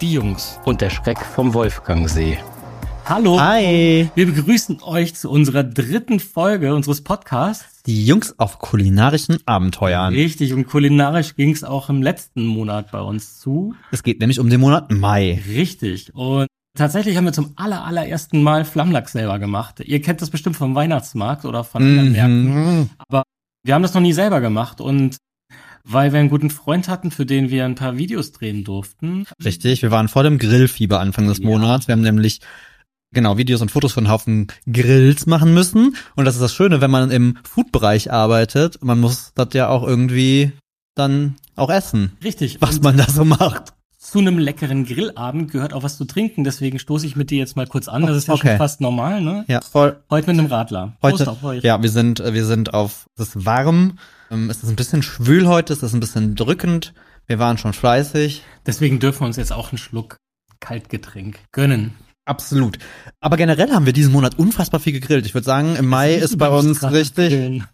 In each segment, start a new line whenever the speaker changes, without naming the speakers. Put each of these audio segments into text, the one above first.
die Jungs und der Schreck vom Wolfgangsee. Hallo,
Hi!
wir begrüßen euch zu unserer dritten Folge unseres Podcasts.
Die Jungs auf kulinarischen Abenteuern.
Richtig, und kulinarisch ging es auch im letzten Monat bei uns zu.
Es geht nämlich um den Monat Mai.
Richtig, und tatsächlich haben wir zum aller, allerersten Mal Flammlachs selber gemacht. Ihr kennt das bestimmt vom Weihnachtsmarkt oder von anderen Märkten.
Mhm.
Wir haben das noch nie selber gemacht und weil wir einen guten Freund hatten, für den wir ein paar Videos drehen durften.
Richtig, wir waren vor dem Grillfieber Anfang des
Ja.
Monats. Wir haben nämlich genau Videos und Fotos von einem Haufen Grills machen müssen. Und das ist das Schöne, wenn man im Food-Bereich arbeitet. Man muss das ja auch irgendwie dann auch essen,
Richtig.
was
und
man da so macht.
zu einem leckeren Grillabend gehört auch was zu trinken, deswegen stoße ich mit dir jetzt mal kurz an. Das ist ja schon
Okay.
fast normal, ne?
Ja, voll.
Heute mit einem Radler.
Heute,
Prost auf euch.
ja, wir sind, wir sind auf, es ist warm, ähm, es ist ein bisschen schwül heute, es ist ein bisschen drückend. Wir waren schon fleißig.
Deswegen dürfen wir uns jetzt auch einen Schluck Kaltgetränk gönnen.
Absolut. Aber generell haben wir diesen Monat unfassbar viel gegrillt. Ich würde sagen, im Mai
Siehst du,
ist bei
du bist
uns
gerade
richtig.
grillen.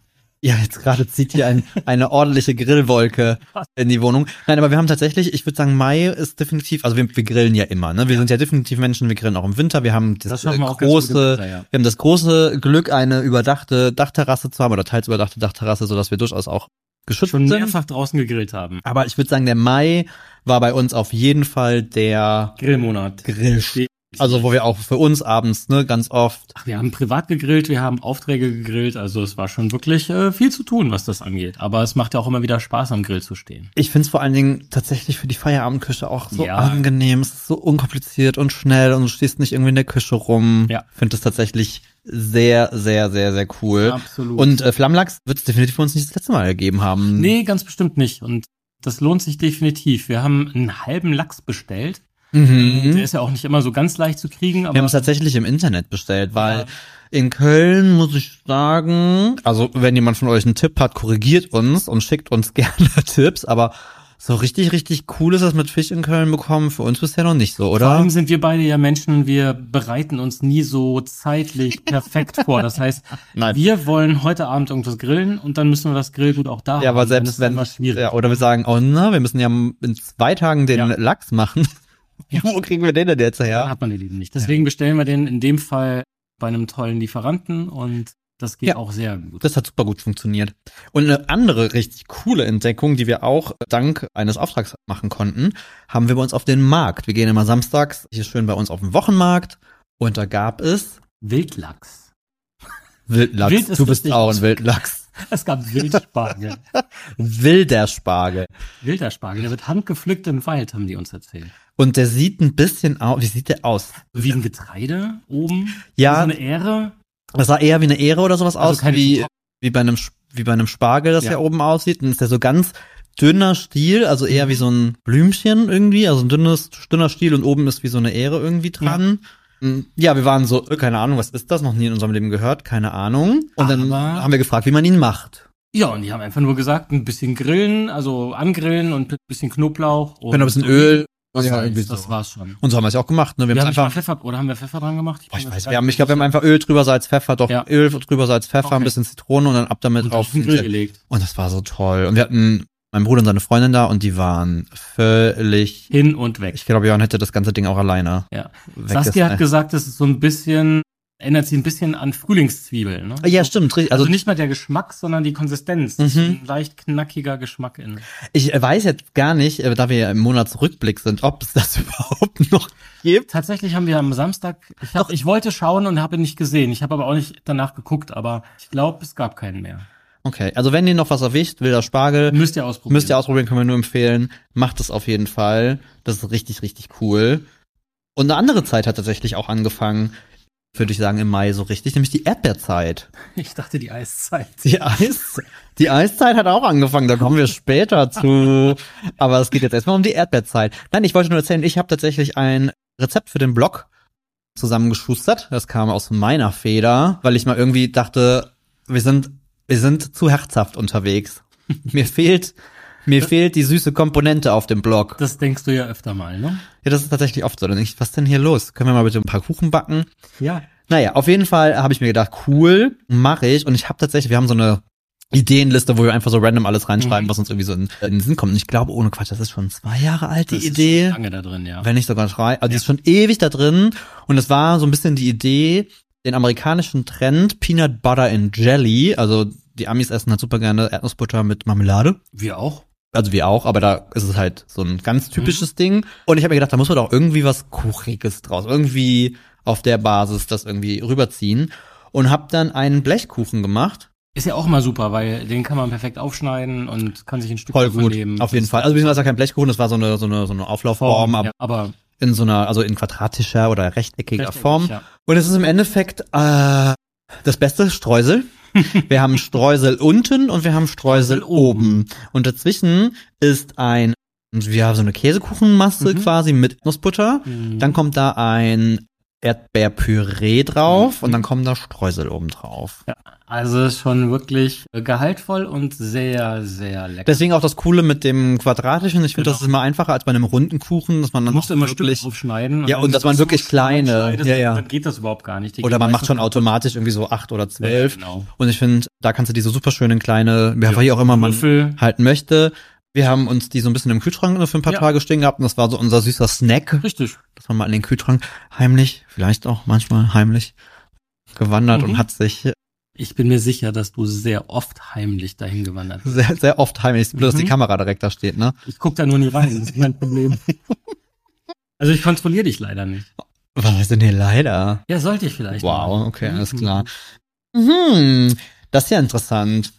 Ja, jetzt gerade zieht hier ein, eine ordentliche Grillwolke in die Wohnung. Nein, aber wir haben tatsächlich, ich würde sagen, Mai ist definitiv, also wir, wir grillen ja immer, ne? Wir sind ja definitiv Menschen, wir grillen auch im Winter. Wir haben das,
Das
äh,
schaffen wir auch ganz
große,
gut im Winter, ja.
wir haben das große Glück, eine überdachte Dachterrasse zu haben oder teils überdachte Dachterrasse, sodass wir durchaus auch geschützt
Schon
sind.
mehrfach draußen gegrillt haben.
Aber ich würde sagen, der Mai war bei uns auf jeden Fall der
Grillmonat.
Grillsch. Also wo wir auch für uns abends, ne, ganz oft
Ach, wir haben privat gegrillt, wir haben Aufträge gegrillt, also es war schon wirklich äh, viel zu tun, was das angeht. Aber es macht ja auch immer wieder Spaß, am Grill zu stehen.
Ich finde es vor allen Dingen tatsächlich für die Feierabendküche auch so
Ja.
angenehm. Es ist so unkompliziert und schnell und du stehst nicht irgendwie in der Küche rum.
Ja.
Finde es tatsächlich sehr, sehr, sehr, sehr cool.
Absolut.
Und äh, Flammlachs wird es definitiv für uns nicht das letzte Mal gegeben haben.
Nee, ganz bestimmt nicht. Und das lohnt sich definitiv. Wir haben einen halben Lachs bestellt. Der
Mhm.
ist ja auch nicht immer so ganz leicht zu kriegen,
Wir haben
aber
es tatsächlich im Internet bestellt, weil
Ja.
in Köln muss ich sagen, also wenn jemand von euch einen Tipp hat, korrigiert uns und schickt uns gerne Tipps, aber so richtig, richtig cool ist das mit Fisch in Köln bekommen, für uns bisher noch nicht so,
vor
oder?
allem sind wir beide ja Menschen, wir bereiten uns nie so zeitlich perfekt vor. Das heißt,
Nein.
wir wollen heute Abend irgendwas grillen und dann müssen wir das Grillgut auch da
Ja, aber
haben. Dann ist
selbst
es
wenn
immer schwierig.
Ja, oder wir sagen, oh na, wir müssen ja in zwei Tagen den
Ja.
Lachs machen. Wo kriegen wir den denn jetzt
Da
her?
hat man den eben nicht. Deswegen bestellen wir den in dem Fall bei einem tollen Lieferanten und das geht
Ja.
auch sehr gut.
Das hat super gut funktioniert. Und eine andere richtig coole Entdeckung, die wir auch dank eines Auftrags machen konnten, haben wir bei uns auf den Markt. Wir gehen immer samstags hier schön bei uns auf den Wochenmarkt und da gab es
Wildlachs.
Wildlachs.
Wild ist
du bist
richtig.
auch ein Wildlachs.
Es gab Wildspargel.
Wilder Spargel.
Wilder Spargel, der wird handgepflückt im Wald, haben die uns erzählt.
Und der sieht ein bisschen aus, wie sieht der aus?
Wie ein Getreide oben.
Ja.
So eine Ähre.
Das sah eher wie eine Ehre oder sowas
Also
aus,
keine
wie,
Kartoffel.
wie, bei einem, Sch- wie bei einem Spargel, das
Ja.
ja. oben aussieht. Und ist ja so ganz dünner Stiel, also eher wie so ein Blümchen irgendwie, also ein dünnes, dünner Stiel und oben ist wie so eine Ehre irgendwie dran. Mm, Ja, wir waren so, äh, keine Ahnung, was ist das? Noch nie in unserem Leben gehört, keine Ahnung. Und dann
Aber-
haben wir gefragt, wie man ihn macht.
Ja, und die haben einfach nur gesagt, ein bisschen grillen, also angrillen und ein bisschen Knoblauch. Und
Wenn ein bisschen Öl.
Das,
ja,
war's,
irgendwie
das
so.
war's schon.
Und so haben wir es ja auch gemacht, ne? Wir,
Wir
haben
haben
es einfach,
einfach Pfeffer, oder haben wir Pfeffer dran gemacht?
boah, ich
kann
weiß,
das
wir
gar
haben, ich
nicht
glaube, wir haben einfach Öl drüber, Salz, Pfeffer, doch
Ja.
Öl drüber, Salz, Pfeffer,
Okay.
ein bisschen Zitrone und dann ab damit
und
auf
auf den Grill gelegt.
Und das war so toll. Und wir hatten meinen Bruder und seine Freundin da und die waren völlig.
Hin und weg.
Ich glaube, Jörn hätte das ganze Ding auch alleine.
Ja.
weg
Saskia hat
gesagt.
gesagt, das ist so ein bisschen, erinnert sie ein bisschen an Frühlingszwiebeln. Ne?
Ja, stimmt. richtig.
Also,
Also
nicht mal der Geschmack, sondern die Konsistenz. Das ist
Mhm.
Ein leicht knackiger Geschmack in.
ich weiß jetzt gar nicht, äh, da wir ja im Monatsrückblick sind, ob es das überhaupt noch gibt.
Tatsächlich haben wir am Samstag, ich, hab, ich wollte schauen und habe nicht gesehen. Ich habe aber auch nicht danach geguckt, aber ich glaube, es gab keinen mehr.
Okay, also wenn ihr noch was erwischt, wilder Spargel,
Müsst ihr ausprobieren.
müsst ihr ausprobieren, können wir nur empfehlen. Macht es auf jeden Fall. Das ist richtig, richtig cool. Und eine andere Zeit hat tatsächlich auch angefangen, würde ich sagen, im Mai so richtig, nämlich die Erdbeerzeit.
Ich dachte, die Eiszeit.
Die, Eis, die Eiszeit hat auch angefangen, da kommen wir später zu. Aber es geht jetzt erstmal um die Erdbeerzeit. Nein, ich wollte nur erzählen, ich habe tatsächlich ein Rezept für den Blog zusammengeschustert. Das kam aus meiner Feder, weil ich mal irgendwie dachte, wir sind, wir sind zu herzhaft unterwegs. Mir fehlt, mir fehlt die süße Komponente auf dem Blog.
Das denkst du ja öfter mal, ne?
Ja, das ist tatsächlich oft so. Dann denke ich, was denn hier los? Können wir mal bitte ein paar Kuchen backen?
Ja.
Naja, auf jeden Fall habe ich mir gedacht, cool, mache ich. Und ich habe tatsächlich, wir haben so eine Ideenliste, wo wir einfach so random alles
Mhm.
reinschreiben, was uns irgendwie so in, äh, in den Sinn kommt. Und ich glaube, ohne Quatsch, das ist schon zwei Jahre alt, die
Das ist
Idee.
schon lange da drin, ja.
wenn nicht sogar drei. Also die ist schon ewig da drin. Und das war so ein bisschen die Idee, den amerikanischen Trend Peanut Butter and Jelly, also die Amis essen halt super gerne Erdnussbutter mit Marmelade.
Wir auch.
Also wir auch, aber da ist es halt so ein ganz typisches
Mhm.
Ding. Und ich habe mir gedacht, da muss man doch irgendwie was Kuchiges draus, irgendwie auf der Basis das irgendwie rüberziehen. Und habe dann einen Blechkuchen gemacht.
Ist ja auch mal super, weil den kann man perfekt aufschneiden und kann sich ein Stück
Voll
davon
gut,
nehmen.
auf jeden Fall. Also beziehungsweise kein Blechkuchen, das war so eine, so eine, so eine Auflaufform,
Form,
aber
ja, aber
in so einer, also in quadratischer oder rechteckiger
Rechteckig,
Form.
ja.
Und es ist im Endeffekt äh, das beste Streusel. Wir haben Streusel unten und wir haben Streusel oben. Und dazwischen ist ein, wir haben so eine Käsekuchenmasse
Mhm.
quasi mit Nussbutter.
Mhm.
Dann kommt da ein Erdbeerpüree drauf
Mhm.
und dann kommen da Streusel oben drauf.
Also ist schon wirklich äh, gehaltvoll und sehr, sehr lecker.
Deswegen auch das Coole mit dem Quadratischen. Ich finde,
Genau.
das ist immer einfacher als bei einem runden Kuchen, dass man
man
dann
muss immer Stücke
wirklich,
draufschneiden.
Ja, und
wenn
dass
du
man
so
wirklich
klein
kleine-
schneidest,
ja, ja.
Dann geht das überhaupt gar nicht. Die
oder
gehen
man macht
meistens-
schon automatisch irgendwie so acht oder zwölf.
Genau.
Und ich finde, da kannst du die so super schöne kleine, ja, wie auch immer man
Würfel.
halten möchte. Wir haben uns die so ein bisschen im Kühlschrank nur für ein paar
Ja.
Tage stehen gehabt und das war so unser süßer Snack,
Richtig.
dass man mal in den Kühlschrank heimlich, vielleicht auch manchmal heimlich gewandert
Mhm.
und hat sich
Ich bin mir sicher, dass du sehr oft heimlich dahin gewandert bist.
sehr, sehr oft heimlich, bloß dass
Mhm.
die Kamera direkt da steht, ne?
Ich guck da nur nie rein, das ist mein Problem. Also ich kontrolliere dich leider nicht.
Was ist denn hier leider?
Ja, sollte ich vielleicht. mal.
Wow, okay, alles
Mhm.
klar. Mhm, das ist ja interessant.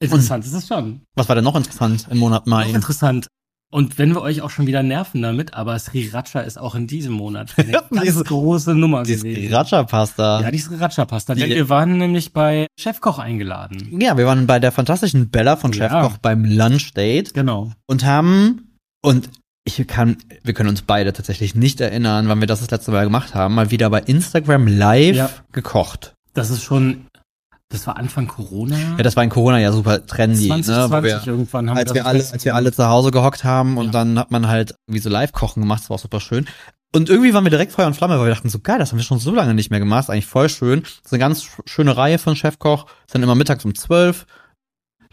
Interessant ist es schon.
Was war denn noch interessant im Monat
Auch
Mai?
interessant. Und wenn wir euch auch schon wieder nerven damit, aber Sriracha ist auch in diesem Monat eine ganz
Diese-
große Nummer
Die
gewesen.
Sriracha-Pasta.
Ja, die Sriracha-Pasta.
Die-
Denn wir waren nämlich bei Chefkoch eingeladen.
Ja, wir waren bei der fantastischen Bella von
Oh Ja.
Chefkoch beim Lunch Date.
Genau.
und haben und ich kann, wir können uns beide tatsächlich nicht erinnern, wann wir das das letzte Mal gemacht haben, mal wieder bei Instagram live
Ja.
gekocht.
Das ist schon, das war Anfang Corona.
Ja, das war in Corona ja super trendy, ne? Wo
2020
wir,
irgendwann haben
als
das
wir alle, als wir alle zu Hause gehockt haben und
Ja.
dann hat man halt wie so live kochen gemacht, das war auch super schön. Und irgendwie waren wir direkt Feuer und Flamme, weil wir dachten so, geil, das haben wir schon so lange nicht mehr gemacht, ist eigentlich voll schön. Das ist eine ganz sch- schöne Reihe von Chefkoch, ist dann immer mittags um zwölf,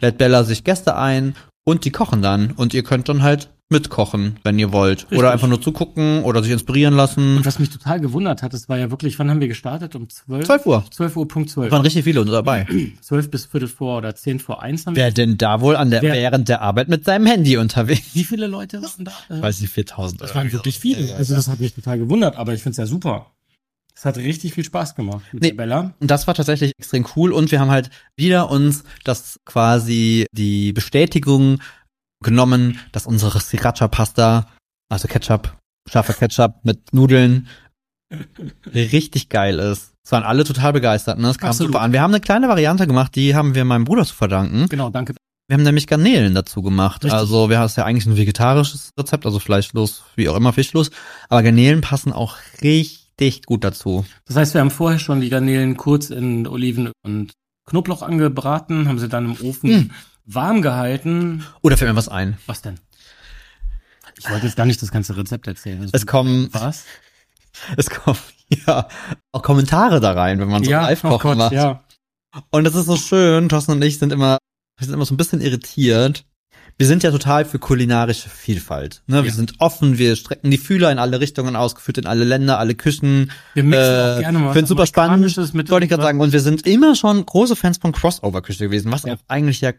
lädt Bella sich Gäste ein und die kochen dann. Und ihr könnt dann halt mitkochen, wenn ihr wollt.
Richtig.
Oder einfach nur zugucken oder sich inspirieren
Und
lassen.
was mich total gewundert hat, das war ja wirklich, wann haben wir gestartet? Um 12?
12 Uhr.
12 Uhr, Punkt
Da
12.
waren richtig viele dabei.
12 bis Viertel vor oder 10 vor 1 haben wir.
Wer denn da wohl an der,
Wer-
während der Arbeit mit seinem Handy unterwegs?
Wie viele Leute waren da? Äh,
Weiß nicht, 4000
das
oder
waren
so.
wirklich viele.
Ja, ja,
Also das hat mich total gewundert, aber ich finde es ja super. Es hat richtig viel Spaß gemacht mit
Nee.
der Bella.
Und das war tatsächlich extrem cool und wir haben halt wieder uns das quasi die Bestätigung genommen, dass unsere Sriracha-Pasta, also Ketchup, scharfer Ketchup mit Nudeln, richtig geil ist. Es waren alle total begeistert, ne? Es kam
Absolut.
super an. Wir haben eine kleine Variante gemacht, die haben wir meinem Bruder zu verdanken.
Genau, danke.
Wir haben nämlich Garnelen dazu gemacht.
Richtig.
Also wir haben es ja eigentlich ein vegetarisches Rezept, also fleischlos, wie auch immer, fischlos. Aber Garnelen passen auch richtig gut dazu.
Das heißt, wir haben vorher schon die Garnelen kurz in Oliven und Knoblauch angebraten, haben sie dann im Ofen warm gehalten.
Oder fällt mir was ein?
Was denn? Ich wollte jetzt gar nicht das ganze Rezept erzählen. Das
Es kommen
was?
Es kommen ja auch Kommentare da rein, wenn man so live
oh
kochen
Gott,
macht.
ja.
Und das ist so schön. Thorsten und ich sind immer, wir sind immer so ein bisschen irritiert. Wir sind ja total für kulinarische Vielfalt. Ne? Wir
Ja.
sind offen, wir strecken die Fühler in alle Richtungen aus, gefühlt in alle Länder, alle Küchen.
Wir mixen auch gerne mal was
Finde super spannend.
Amerikanisches mit
Wollte ich gerade sagen. Und wir sind immer schon große Fans von Crossover-Küche gewesen, was
Ja.
auch eigentlich ja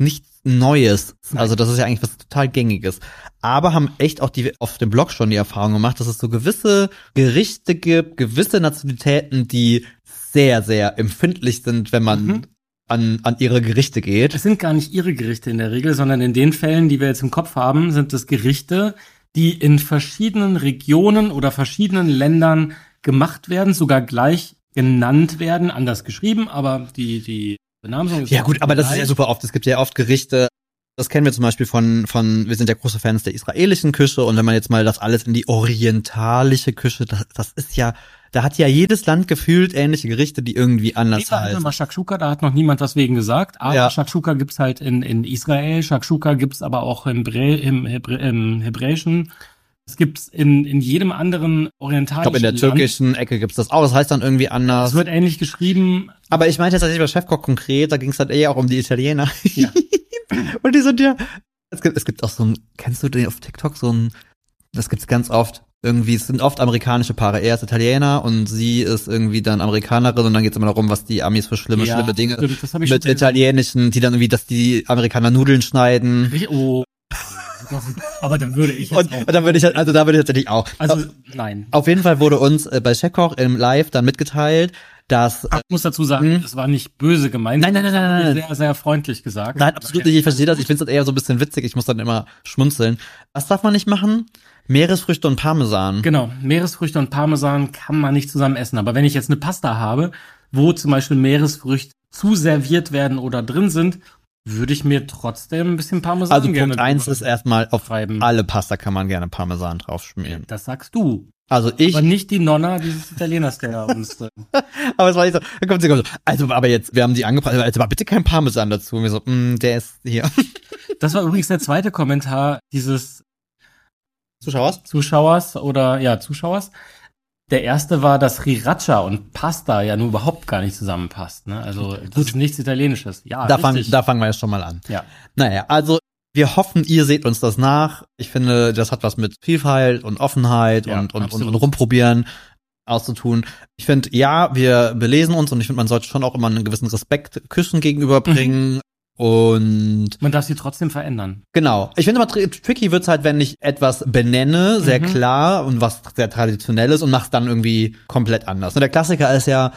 nichts Neues.
Nein.
Also das ist ja eigentlich was total Gängiges. Aber haben echt auch die auf dem Blog schon die Erfahrung gemacht, dass es so gewisse Gerichte gibt, gewisse Nationalitäten, die sehr, sehr empfindlich sind, wenn man
Mhm.
an, an ihre Gerichte geht.
Es sind gar nicht ihre Gerichte in der Regel, sondern in den Fällen, die wir jetzt im Kopf haben, sind es Gerichte, die in verschiedenen Regionen oder verschiedenen Ländern gemacht werden, sogar gleich genannt werden, anders geschrieben, aber die, die Benamsung ist
Ja gut, aber das ist ja
gleich.
super oft. Es gibt ja oft Gerichte, das kennen wir zum Beispiel von, von, wir sind ja große Fans der israelischen Küche und wenn man jetzt mal das alles in die orientalische Küche, das, das ist ja, da hat ja jedes Land gefühlt ähnliche Gerichte, die irgendwie anders
Lieber hatten wir
heißen.
mal Shakshuka, da hat noch niemand was wegen gesagt. Aber
Ja.
Shakshuka gibt's halt in, in Israel, Shakshuka gibt's aber auch im, Brä, im, Hebrä, im Hebräischen, Das gibt's in, in jedem anderen orientalischen
Ich glaube, in der
Land.
türkischen Ecke gibt's das auch. Das heißt dann irgendwie anders.
Es wird ähnlich geschrieben.
Aber ich meinte jetzt tatsächlich bei Chefkoch konkret, da ging's halt eher auch um die Italiener.
Ja.
Und die sind ja. Es gibt, es gibt auch so ein, kennst du den auf TikTok, so ein, das gibt's ganz oft. Irgendwie, es sind oft amerikanische Paare. Er ist Italiener und sie ist irgendwie dann Amerikanerin und dann geht's immer darum, was die Amis für schlimme,
Ja,
schlimme Dinge
stimmt, das hab ich
mit
schon gesehen.
italienischen, die dann irgendwie, dass die Amerikaner Nudeln schneiden.
Richtig- Oh. Aber dann würde ich jetzt
Und,
auch.
und dann würde ich halt, also da würde ich tatsächlich auch.
Also, nein.
Auf jeden Fall wurde uns äh, bei Chefkoch im Live dann mitgeteilt, dass äh,
Ich muss dazu sagen,
Mhm.
es war nicht böse gemeint.
Nein, nein, nein,
Das
nein,
hab
nein,
ich Sehr, sehr freundlich gesagt.
Nein, absolut nicht. Ich verstehe das. Ich finde das eher so ein bisschen witzig. Ich muss dann immer schmunzeln. Was darf man nicht machen? Meeresfrüchte und Parmesan.
Genau, Meeresfrüchte und Parmesan kann man nicht zusammen essen. Aber wenn ich jetzt eine Pasta habe, wo zum Beispiel Meeresfrüchte zuserviert werden oder drin sind, würde ich mir trotzdem ein bisschen Parmesan
also
gerne
Punkt eins
drüber
ist erstmal auf
schreiben.
alle Pasta kann man gerne Parmesan draufschmieren.
Das sagst du.
Also ich,
aber nicht die Nonna dieses Italieners, der uns. äh,
aber es war nicht so, dann kommt sie, kommt so, also aber jetzt, wir haben die angepasst, also aber bitte kein Parmesan dazu. Und wir so, mm, der ist hier.
Das war übrigens der zweite Kommentar dieses
Zuschauers?
Zuschauers oder ja, Zuschauers. Der erste war, dass Riracha und Pasta ja nur überhaupt gar nicht zusammenpasst. Ne? Also das ist nichts Italienisches. Ja,
Da, fang,
richtig.
da fangen wir jetzt schon mal an.
ja.
Naja, also wir hoffen, ihr seht uns das nach. Ich finde, das hat was mit Vielfalt und Offenheit
Ja,
und, und, und,
absolut.
und rumprobieren auszutun. Ich finde, ja, wir belesen uns und ich finde, man sollte schon auch immer einen gewissen Respekt Küssen
Mhm.
gegenüberbringen. Und
Man darf sie trotzdem verändern.
genau. Ich finde immer tri tricky wird's halt, wenn ich etwas benenne, sehr
Mhm.
klar und was sehr traditionelles und mach's dann irgendwie komplett anders. Und der Klassiker ist ja,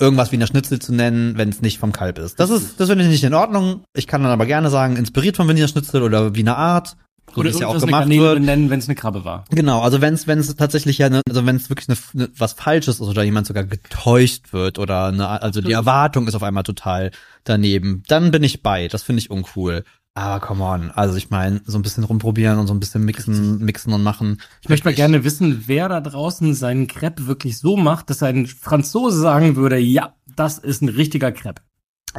irgendwas wie eine Schnitzel zu nennen, wenn es nicht vom Kalb ist. Das ist, das finde ich nicht in Ordnung. Ich kann dann aber gerne sagen, inspiriert von Wiener Schnitzel oder Wiener Art. So wie es ja auch
irgendwas eine
gemacht
Garnele
wird.
benennen, wenn es eine Krabbe war.
Genau, also wenn es wenn es tatsächlich ja, ne, also wenn es wirklich eine, eine, was Falsches ist oder jemand sogar getäuscht wird oder eine, also
Hm.
die Erwartung ist auf einmal total daneben, dann bin ich bei. Das finde ich uncool. Aber come on, also ich meine, so ein bisschen rumprobieren und so ein bisschen mixen, mixen und machen.
Ich möchte mal gerne wissen, wer da draußen seinen Crepe wirklich so macht, dass ein Franzose sagen würde, ja, das ist ein richtiger Crepe.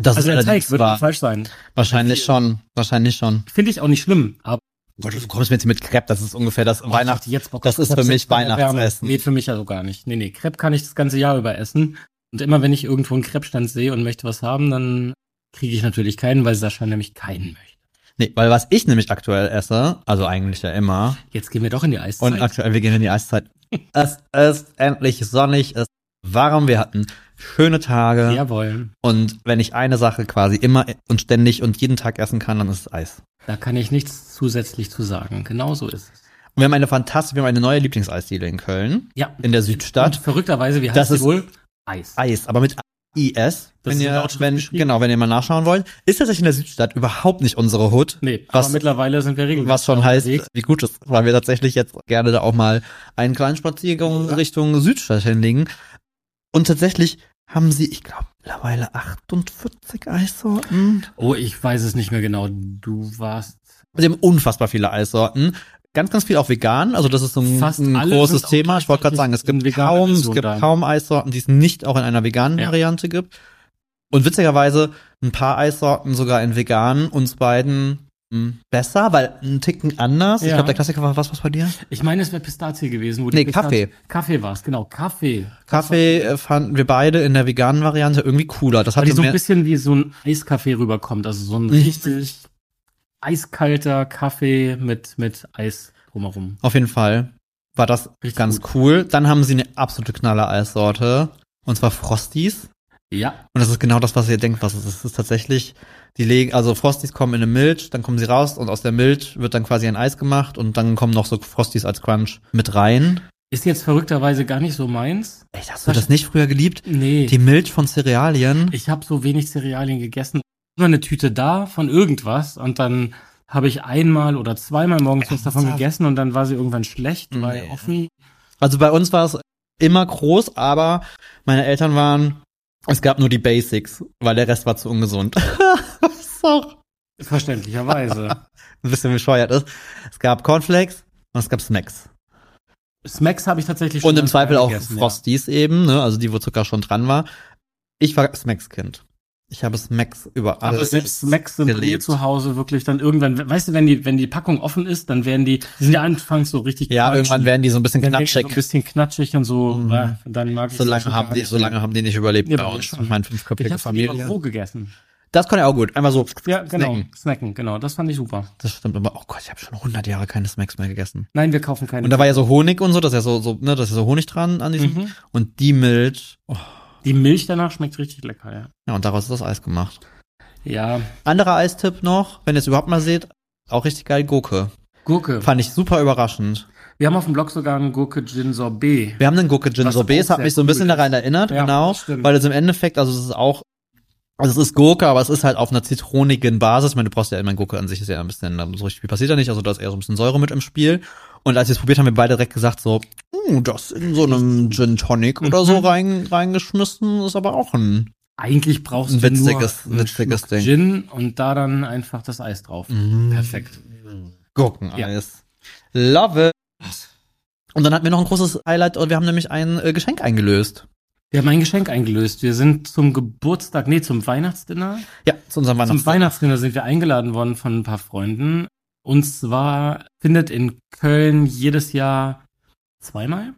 Das
Also
ist
der Teig
allerdings
wird
wahr.
falsch sein.
Wahrscheinlich schon, wahrscheinlich schon.
Finde ich auch nicht schlimm, aber
Gott, du kommst mir jetzt mit Crepe, das ist ungefähr das Weihnachten.
Ich hatte jetzt Bock auf
das ist
Crepes
für mich
jetzt bei der Wärme.
Weihnachtsessen.
Nee, für mich also gar nicht. Nee, nee, Crepe kann ich das ganze Jahr über essen. Und immer wenn ich irgendwo einen Crepe-Stand sehe und möchte was haben, dann kriege ich natürlich keinen, weil Sascha nämlich keinen möchte.
Nee, weil was ich nämlich aktuell esse, also eigentlich ja immer,
Jetzt gehen wir doch in die Eiszeit.
und aktuell, wir gehen in die Eiszeit. es ist endlich sonnig, es ist warm, wir hatten schöne Tage.
Jawohl.
Und wenn ich eine Sache quasi immer und ständig und jeden Tag essen kann, dann ist es Eis.
Da kann ich nichts zusätzlich zu sagen. Genau so ist es.
Und wir haben eine fantastische, wir haben eine neue Lieblingseisdiele in Köln,
Ja.
in der
Und
Südstadt.
verrückterweise, wie heißt
Das
sie
ist-
wohl? Eis.
Eis, aber mit IS,
Das
wenn
ist in
ihr,
Lautschrift
wenn,
geschrieben.
genau, wenn ihr mal nachschauen wollt, ist tatsächlich in der Südstadt überhaupt nicht unsere Hood.
Nee,
Was-
aber mittlerweile sind wir regelmäßig.
Mhm. Was schon heißt,
unterwegs.
wie gut es ist, weil wir tatsächlich jetzt gerne da auch mal einen kleinen Spaziergang Richtung Südstadt hinlegen. Und tatsächlich haben sie, ich glaube, mittlerweile 48 Eissorten.
Oh, ich weiß es nicht mehr genau. Du warst
Sie haben unfassbar viele Eissorten. Ganz, ganz viel auch vegan. Also das ist so ein,
Fast
ein
alle
großes
sind auch
Thema. Ich wollte gerade sagen, es gibt,
tatsächlich in veganen
kaum, es
Version
gibt
dann.
kaum Eissorten, die es nicht auch in einer veganen
Ja.
Variante gibt. Und witzigerweise ein paar Eissorten sogar in vegan uns beiden mh, besser, weil ein Ticken anders. Ich
Ja.
glaube, der Klassiker war was, was bei dir?
Ich meine, es wäre Pistazie gewesen. Wo
Nee,
Pistazie-
Kaffee.
Kaffee war es, genau. Kaffee.
Kaffee äh, fanden wir beide in der veganen Variante irgendwie cooler. Das
Weil
hatte
die so ein
mehr,
bisschen wie so ein Eiskaffee rüberkommt. Also so ein
Mhm.
richtig eiskalter Kaffee mit, mit Eis drumherum.
auf jeden Fall war das
Richtig
ganz cool. Dann haben sie eine absolute knaller Eissorte und zwar Frosties.
Ja.
Und das ist genau das, was ihr denkt, was es ist. Es ist tatsächlich, die legen, also Frosties kommen in eine Milch, dann kommen sie raus und aus der Milch wird dann quasi ein Eis gemacht und dann kommen noch so Frosties als Crunch mit rein.
Ist jetzt verrückterweise gar nicht so meins.
Echt, hast du das nicht früher geliebt?
Nee.
Die Milch von Cerealien?
ich habe so wenig Cerealien gegessen. Immer eine Tüte da von irgendwas und dann habe ich einmal oder zweimal morgens was davon
Ernsthaft?
gegessen und dann war sie irgendwann schlecht, weil
Nee.
offen.
Also bei uns war es immer groß, aber meine Eltern waren, es gab nur die Basics, weil der Rest war zu ungesund. Was auch
Verständlicherweise.
ein bisschen bescheuert ist. Es gab Cornflakes und es gab Snacks.
Smacks habe ich tatsächlich
Und im
ganz
Zweifel
gerne
auch
gegessen,
Frosties eben, ne? also die, wo Zucker schon dran war. Ich war Snacks-Kind. Ich habe es Max überall.
Aber Also selbst Macs sind eh zu Hause wirklich dann irgendwann, weißt du, wenn die, wenn die Packung offen ist, dann werden die, die sind ja anfangs so richtig
Ja, irgendwann werden die so ein bisschen
dann werden die so ein
knatschig.
bisschen knatschig und so,
Mhm.
äh, dann mag ich
So lange
schon
haben
gar
die,
nicht
so
mehr.
lange haben die nicht überlebt
Ja,
bei
bei mir
uns.
schon.
Meine
Ich
fünfköpfige
hab's Familie.
Familie.
roh gegessen.
Das kann ja auch gut. Einfach so.
Ja, genau.
snacken.
Snacken. genau. Das fand ich super.
Das stimmt immer. Oh Gott, ich habe schon 100 Jahre keine Smacks mehr gegessen.
Nein, wir kaufen keine.
Und da war ja so Honig und so, das ist ja so, so ne, das ist so Honig dran an diesem.
Mhm.
Und die Milch. Oh,
Die Milch danach schmeckt richtig lecker, ja.
ja, und daraus ist das Eis gemacht.
Ja,
Anderer Eistipp noch, wenn ihr es überhaupt mal seht, auch richtig geil Gurke.
Gurke.
Fand ich super überraschend.
Wir haben auf dem Blog sogar einen Gurke Gin Sorbet.
Wir haben den Gurke Gin
Was
Sorbet, es
auch
hat
sehr
mich so ein
cool
bisschen
ist.
daran erinnert,
Ja,
genau,
das stimmt.
weil es im Endeffekt, also es ist auch, also es ist Gurke, aber es ist halt auf einer zitronigen Basis. Ich meine, du brauchst ja immer Gurke an sich, ist ja ein bisschen, ähm, so richtig viel passiert da nicht, also da ist eher so ein bisschen Säure mit im Spiel. Und als wir es probiert haben, haben wir beide direkt gesagt so, "Hm, das in so einem Gin Tonic oder so
Mhm.
rein, reingeschmissen, ist aber auch ein,
Eigentlich brauchst
Ein
du
witziges-
nur einen
witziges
Schluck
Ding. Mhm.
Gin und da dann einfach das Eis drauf. Mhm, Perfekt.
Gurkeneis. Love it. Und dann hatten wir noch ein großes Highlight und wir haben nämlich ein äh, Geschenk eingelöst.
Wir haben ein Geschenk eingelöst. Wir sind zum Geburtstag, nee, zum Weihnachtsdinner.
Ja, zu unserem
Zum
Weihnachts.
Weihnachtsdinner sind wir eingeladen worden von ein paar Freunden. Und zwar findet in Köln jedes Jahr zweimal?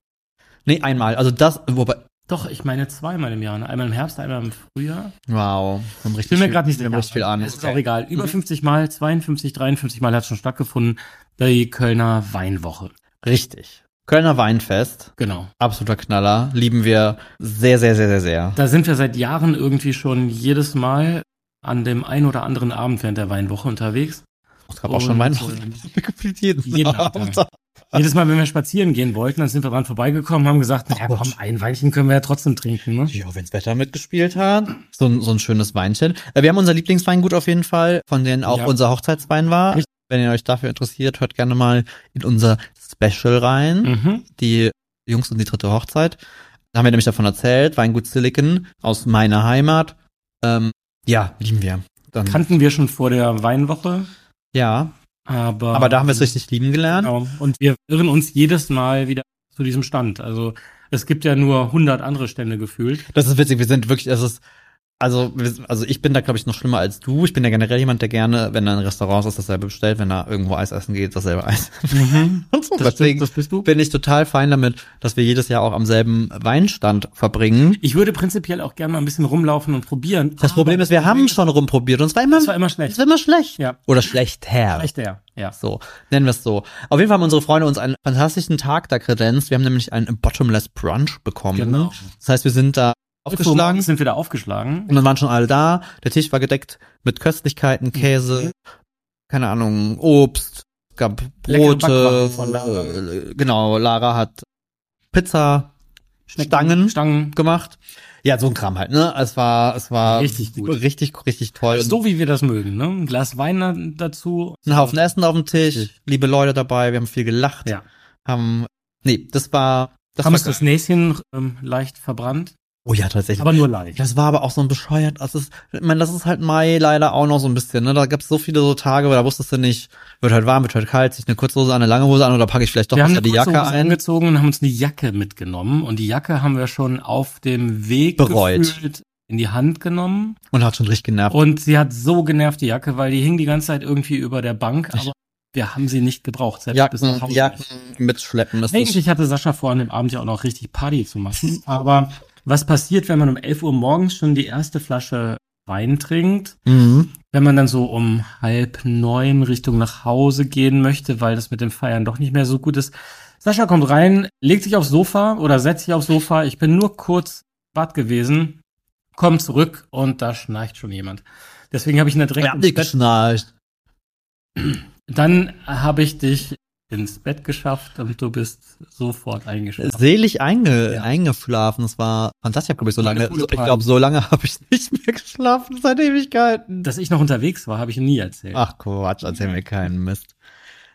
Nee, einmal. Also das, wobei,
Doch, ich meine zweimal im Jahr. Ne? Einmal im Herbst, einmal im Frühjahr.
Wow. Wir haben
Ich
richtig
bin mir
viel-
gerade nicht
wir haben
sicher.
richtig viel Ahnung. Mhm.
Es ist auch egal. Über 50 Mal, 52, 53 Mal hat schon stattgefunden. Die Kölner Weinwoche.
Richtig. Kölner Weinfest.
Genau.
Absoluter Knaller. Lieben wir sehr, sehr, sehr, sehr, sehr.
Da sind wir seit Jahren irgendwie schon jedes Mal an dem einen oder anderen Abend während der Weinwoche unterwegs.
Es gab
Und,
auch schon
äh,
Weihnachten. Gefühlt jeden,
jeden
Abend.
Abend. Jedes Mal, wenn wir spazieren gehen wollten, dann sind wir dran vorbeigekommen, haben gesagt, naja, komm, ein Weinchen können wir ja trotzdem trinken. Ne?
Ja, wenn's Wetter mitgespielt hat. So ein, so ein schönes Weinchen. Äh, Wir haben unser Lieblingsweingut auf jeden Fall, von denen auch
Ja.
unser Hochzeitswein war.
Richtig.
Wenn ihr euch dafür interessiert, hört gerne mal in unser Special rein.
Mhm.
die Jungs und die dritte Hochzeit. Da haben wir nämlich davon erzählt, Weingut Silicon aus meiner Heimat. Ähm, ja, lieben wir. Dann,
Kannten wir schon vor der Weinwoche,
ja,
aber.
aber da haben wir es richtig lieben gelernt.
Genau. Und wir irren uns jedes Mal wieder zu diesem Stand. Also es gibt ja nur 100 andere Stände gefühlt.
Das ist witzig, wir sind wirklich, das ist, also, wir, also ich bin da, glaube ich, noch schlimmer als du. Ich bin ja generell jemand, der gerne, wenn er in Restaurants ist, dasselbe bestellt, wenn er irgendwo Eis essen geht, dasselbe Eis. Und so.
Mhm. Das, stimmt,
Deswegen
das bist du.
bin ich total fein damit, dass wir jedes Jahr auch am selben Weinstand verbringen.
Ich würde prinzipiell auch gerne mal ein bisschen rumlaufen und probieren.
Das Problem ist, wir haben schon rumprobiert und es war immer,
Ah, Das war immer schlecht.
es war immer schlecht.
Ja.
Oder schlecht her.
Echt der, ja.
So, nennen wir es so. Auf jeden Fall haben unsere Freunde uns einen fantastischen Tag da kredenzt. Wir haben nämlich einen Bottomless Brunch bekommen.
Genau.
Das heißt, wir sind da
Morgens
aufgeschlagen
sind wir da aufgeschlagen.
und dann waren schon alle da. Der Tisch war gedeckt mit
Mhm.
Köstlichkeiten, Käse, keine Ahnung, Obst, es gab
Leckere
Brote.
Backwaren von Lara.
äh, Genau, Lara hat Pizza, Stangen
Stangen.
gemacht. Ja, so ein Kram halt, ne? Es war, es war
Richtig gut.
richtig, richtig toll.
So wie wir das mögen, ne? Ein Glas Wein da- dazu.
Ein Haufen Essen auf dem Tisch, liebe Leute dabei, wir haben viel gelacht.
Ja.
Haben, nee, das war, das
haben
war
uns das Näschen ähm, leicht verbrannt.
Oh ja, tatsächlich.
Aber nur leicht.
das war aber auch so ein bescheuert, das ist, ich meine, das ist halt Mai leider auch noch so ein bisschen, ne? Da gab es so viele so Tage, wo da wusstest du nicht, wird halt warm, wird halt kalt, zieh ich eine Kurzhose an, eine lange Hose an oder packe ich vielleicht doch
wir haben
besser
eine
die
kurze
Jacke
Hose
ein.
angezogen und haben uns eine Jacke mitgenommen. Und die Jacke haben wir schon auf dem Weg
Bereut.
gefühlt in die Hand genommen.
Und hat schon richtig genervt.
Und sie hat so genervt, die Jacke, weil die hing die ganze Zeit irgendwie über der Bank. Aber wir haben sie nicht gebraucht, selbst bis nach
Jacken,
Hause.
Jacken mitschleppen ist Mhm. nicht.
Eigentlich hatte Sascha vor, an dem Abend ja auch noch richtig Party zu machen. Aber was passiert, wenn man um 11 Uhr morgens schon die erste Flasche Wein trinkt?
Mhm.
Wenn man dann so um halb neun Richtung nach Hause gehen möchte, weil das mit dem Feiern doch nicht mehr so gut ist. Sascha kommt rein, legt sich aufs Sofa oder setzt sich aufs Sofa. Ich bin nur kurz im Bad gewesen, komm zurück und da schnarcht schon jemand. Deswegen habe ich ihn dann direkt
Ja,
ins
die
Bett.
geschnarcht.
Dann habe ich dich ins Bett geschafft und du bist sofort eingeschlafen.
Selig einge
Genau. Ja.
eingeschlafen. Es war fantastisch. Ich habe, glaube ich, so
War eine
lange,
coole
ich
Party.
glaube, so lange habe ich nicht mehr geschlafen seit Ewigkeiten.
Dass ich noch unterwegs war, habe ich nie erzählt.
Ach Quatsch, erzähl mir keinen Mist.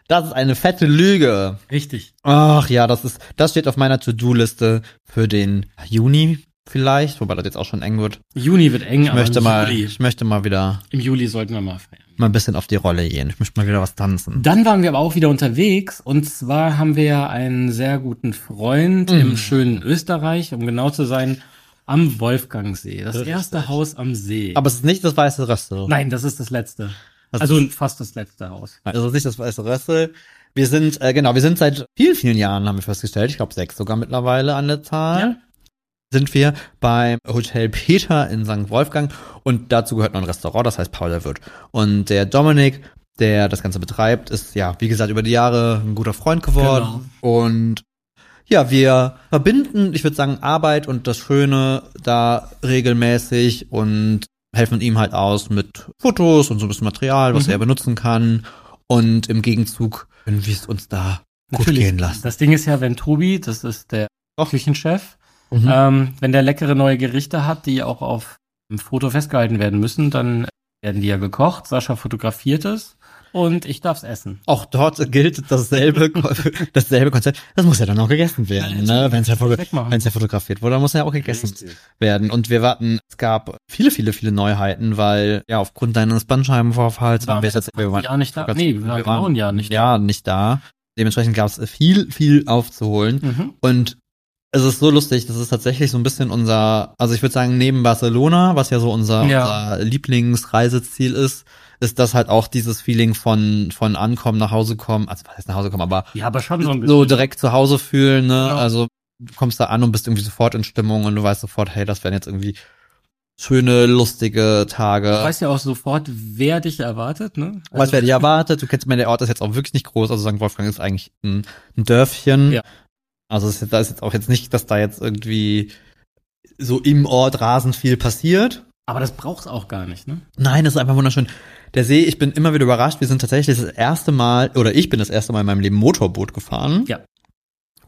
Das ist eine fette Lüge.
Richtig.
Ach ja, das ist, das steht auf meiner To-Do-Liste für den Juni vielleicht, wobei das jetzt auch schon eng wird.
Juni wird eng,
Ich möchte
im,
mal,
also Juli,
ich möchte mal wieder
im Juli sollten wir mal feiern.
mal ein bisschen auf die Rolle gehen. Ich möchte mal wieder was tanzen.
Dann waren wir aber auch wieder unterwegs und zwar
Mhm.
haben wir ja einen sehr guten Freund im schönen Österreich, um genau zu sein, am Wolfgangsee. Das
Richtig.
erste Haus am See.
Aber es ist nicht das weiße Röstel.
Nein, das ist das letzte.
Das
also
ist-
fast das letzte Haus.
Nein, das ist nicht das weiße Röstel. Wir sind, äh, genau, wir sind seit vielen, vielen Jahren, haben wir festgestellt, ich glaube sechs sogar mittlerweile an der Zahl,
Ja.
sind wir beim Hotel Peter in St. Wolfgang und dazu gehört noch ein Restaurant, das heißt Paul der Wirt. Und der Dominik, der das Ganze betreibt, ist ja, wie gesagt, über die Jahre ein guter Freund geworden. Und ja, wir verbinden, ich würde sagen, Arbeit und das Schöne da regelmäßig und helfen ihm halt aus mit Fotos und so ein bisschen Material, was
Mhm.
er benutzen kann. Und im Gegenzug können wir es uns da gut gehen lassen.
Das Ding ist ja, wenn Tobi, das ist der Küchenchef,
Mhm.
ähm, wenn der leckere neue Gerichte hat, die auch auf dem Foto festgehalten werden müssen, dann werden die ja gekocht. Sascha fotografiert es und ich darf's essen.
Auch dort gilt dasselbe, Ko- dasselbe Konzept. Das muss ja dann auch gegessen werden,
Ja,
ne? Wenn es ja, foto
Wegmachen.
wenn's ja fotografiert wurde, dann muss ja auch gegessen werden. Und wir warten, es gab viele, viele, viele Neuheiten, weil ja aufgrund deines Bandscheibenvorfalls waren wir jetzt wir waren
ja nicht da. Nee, wir waren genau ein Jahr nicht.
ja, nicht da. Dementsprechend gab es viel, viel aufzuholen.
Mhm.
Und es ist so lustig, das ist tatsächlich so ein bisschen unser, also ich würde sagen, neben Barcelona, was ja so unser,
Ja.
unser Lieblingsreiseziel ist, ist das halt auch dieses Feeling von, von Ankommen, nach Hause kommen, also was heißt nach Hause kommen, aber
Ja, aber schon so ein bisschen. Genau.
so direkt zu Hause fühlen, ne?
Ja.
Also du kommst da an und bist irgendwie sofort in Stimmung und du weißt sofort, hey, das werden jetzt irgendwie schöne, lustige Tage.
Du weißt ja auch sofort, wer dich erwartet, ne?
Also, Was wer dich erwartet, du kennst mir, der Ort ist jetzt auch wirklich nicht groß. Also St. Wolfgang ist eigentlich ein, ein Dörfchen.
Ja.
Also es, ist- da ist jetzt auch jetzt nicht, dass da jetzt irgendwie so im Ort rasend viel passiert.
aber das braucht's auch gar nicht, ne?
Nein, es ist einfach wunderschön. Der See, ich bin immer wieder überrascht. Wir sind tatsächlich das erste Mal, oder ich bin das erste Mal in meinem Leben Motorboot gefahren.
Ja.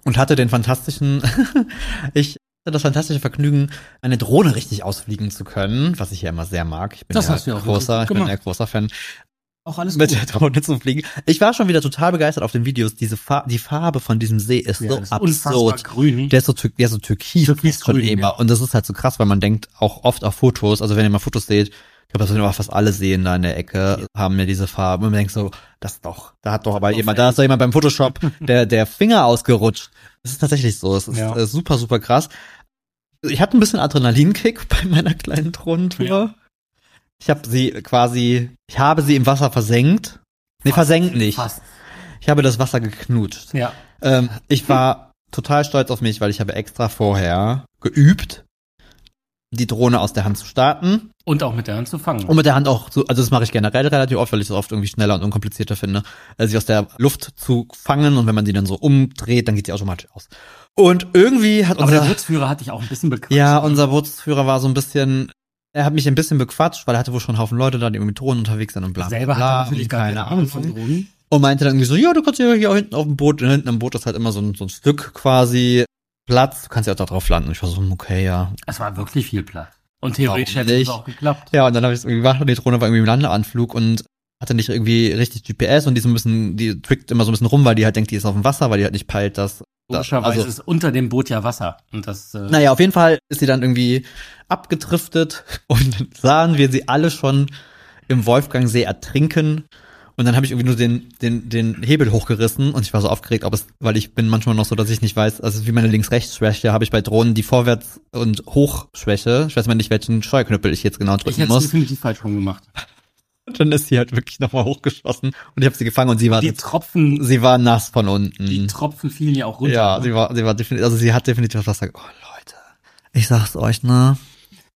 Und hatte den fantastischen, ich hatte das fantastische Vergnügen, eine Drohne richtig ausfliegen zu können, was ich ja immer sehr mag. Ich bin
Das
ja
hast du ja auch
großer,
wirklich
ich
gut
bin ja
gemacht.
großer Fan
Auch alles
mit der Drohne zu fliegen. Ich war schon wieder total begeistert auf den Videos. Diese Fa die Farbe von diesem See ist
Ja,
so
das ist unfassbar
absurd.
grün.
Der ist so, tür- der ist so türkis,
Türkisgrün,
schon immer.
ja.
Und das ist halt so krass, weil man denkt auch oft auf Fotos, also wenn ihr mal Fotos seht, ich glaube, das sind aber fast alle Seen da in der Ecke, haben ja diese Farben. Und man denkt so, das ist doch, da hat doch aber
doch
jemand, da ist doch jemand beim Photoshop der, der Finger ausgerutscht. Das ist tatsächlich so. Es ist
Ja.
äh, super, super krass. Ich hatte ein bisschen Adrenalinkick bei meiner kleinen Drohnentour.
Ja.
Ich habe sie quasi, ich habe sie im Wasser versenkt. Nee,
Fast.
versenkt nicht.
Fast.
Ich habe das Wasser geknutscht.
Ja.
Ähm, ich war total stolz auf mich, weil ich habe extra vorher geübt, die Drohne aus der Hand zu starten
Und auch mit der Hand zu fangen.
und mit der Hand auch zu, also das mache ich generell relativ oft, weil ich das oft irgendwie schneller und unkomplizierter finde, äh, sie aus der Luft zu fangen und wenn man sie dann so umdreht, dann geht sie automatisch aus. Und irgendwie hat
aber der
unser,
Bootsführer hat dich auch ein bisschen bequatscht.
ja, unser Bootsführer war so ein bisschen, er hat mich ein bisschen bequatscht, weil er hatte wohl schon einen Haufen Leute da, die mit Drohnen unterwegs sind und bla. bla,
Selber hat
bla,
er natürlich
und
gar keine Ahnung von
Ahnung.
Drogen.
Und meinte dann irgendwie so, ja, du kannst ja hier auch hinten auf dem Boot, hinten am Boot ist halt immer so ein, so ein Stück quasi Platz, du kannst ja auch da drauf landen. Und ich war so, hm, okay, ja.
Es war wirklich viel Platz. Und theoretisch
Warum
hätte es
nicht?
auch geklappt.
Ja, und dann habe ich es irgendwie gemacht und die Drohne war irgendwie im Landeanflug und hatte nicht irgendwie richtig GPS und die ist ein bisschen, die trickt immer so ein bisschen rum, weil die halt denkt, die ist auf dem Wasser, weil die halt nicht peilt, dass.
Logischerweise
also-
ist unter dem Boot ja Wasser. Und das, äh,
Naja, auf jeden Fall ist sie dann irgendwie abgedriftet und dann sahen wir sie alle schon im Wolfgangsee ertrinken. Und dann habe ich irgendwie nur den, den, den Hebel hochgerissen und ich war so aufgeregt, ob es, weil ich bin manchmal noch so, dass ich nicht weiß, also wie meine Links-Rechts-Schwäche habe ich bei Drohnen die Vorwärts- und Hochschwäche. Ich weiß mal nicht, welchen Steuerknüppel ich jetzt genau
ich
drücken
hätte es
muss. Also
definitiv falsch rum gemacht.
Und dann ist sie halt wirklich nochmal hochgeschossen und ich habe sie gefangen und sie war,
Die Tropfen,
sie war nass von unten.
die Tropfen fielen ja auch runter.
ja,
ne?
sie war, sie war definitiv, also sie hat definitiv das Wasser, oh Leute, ich sag's euch, ne?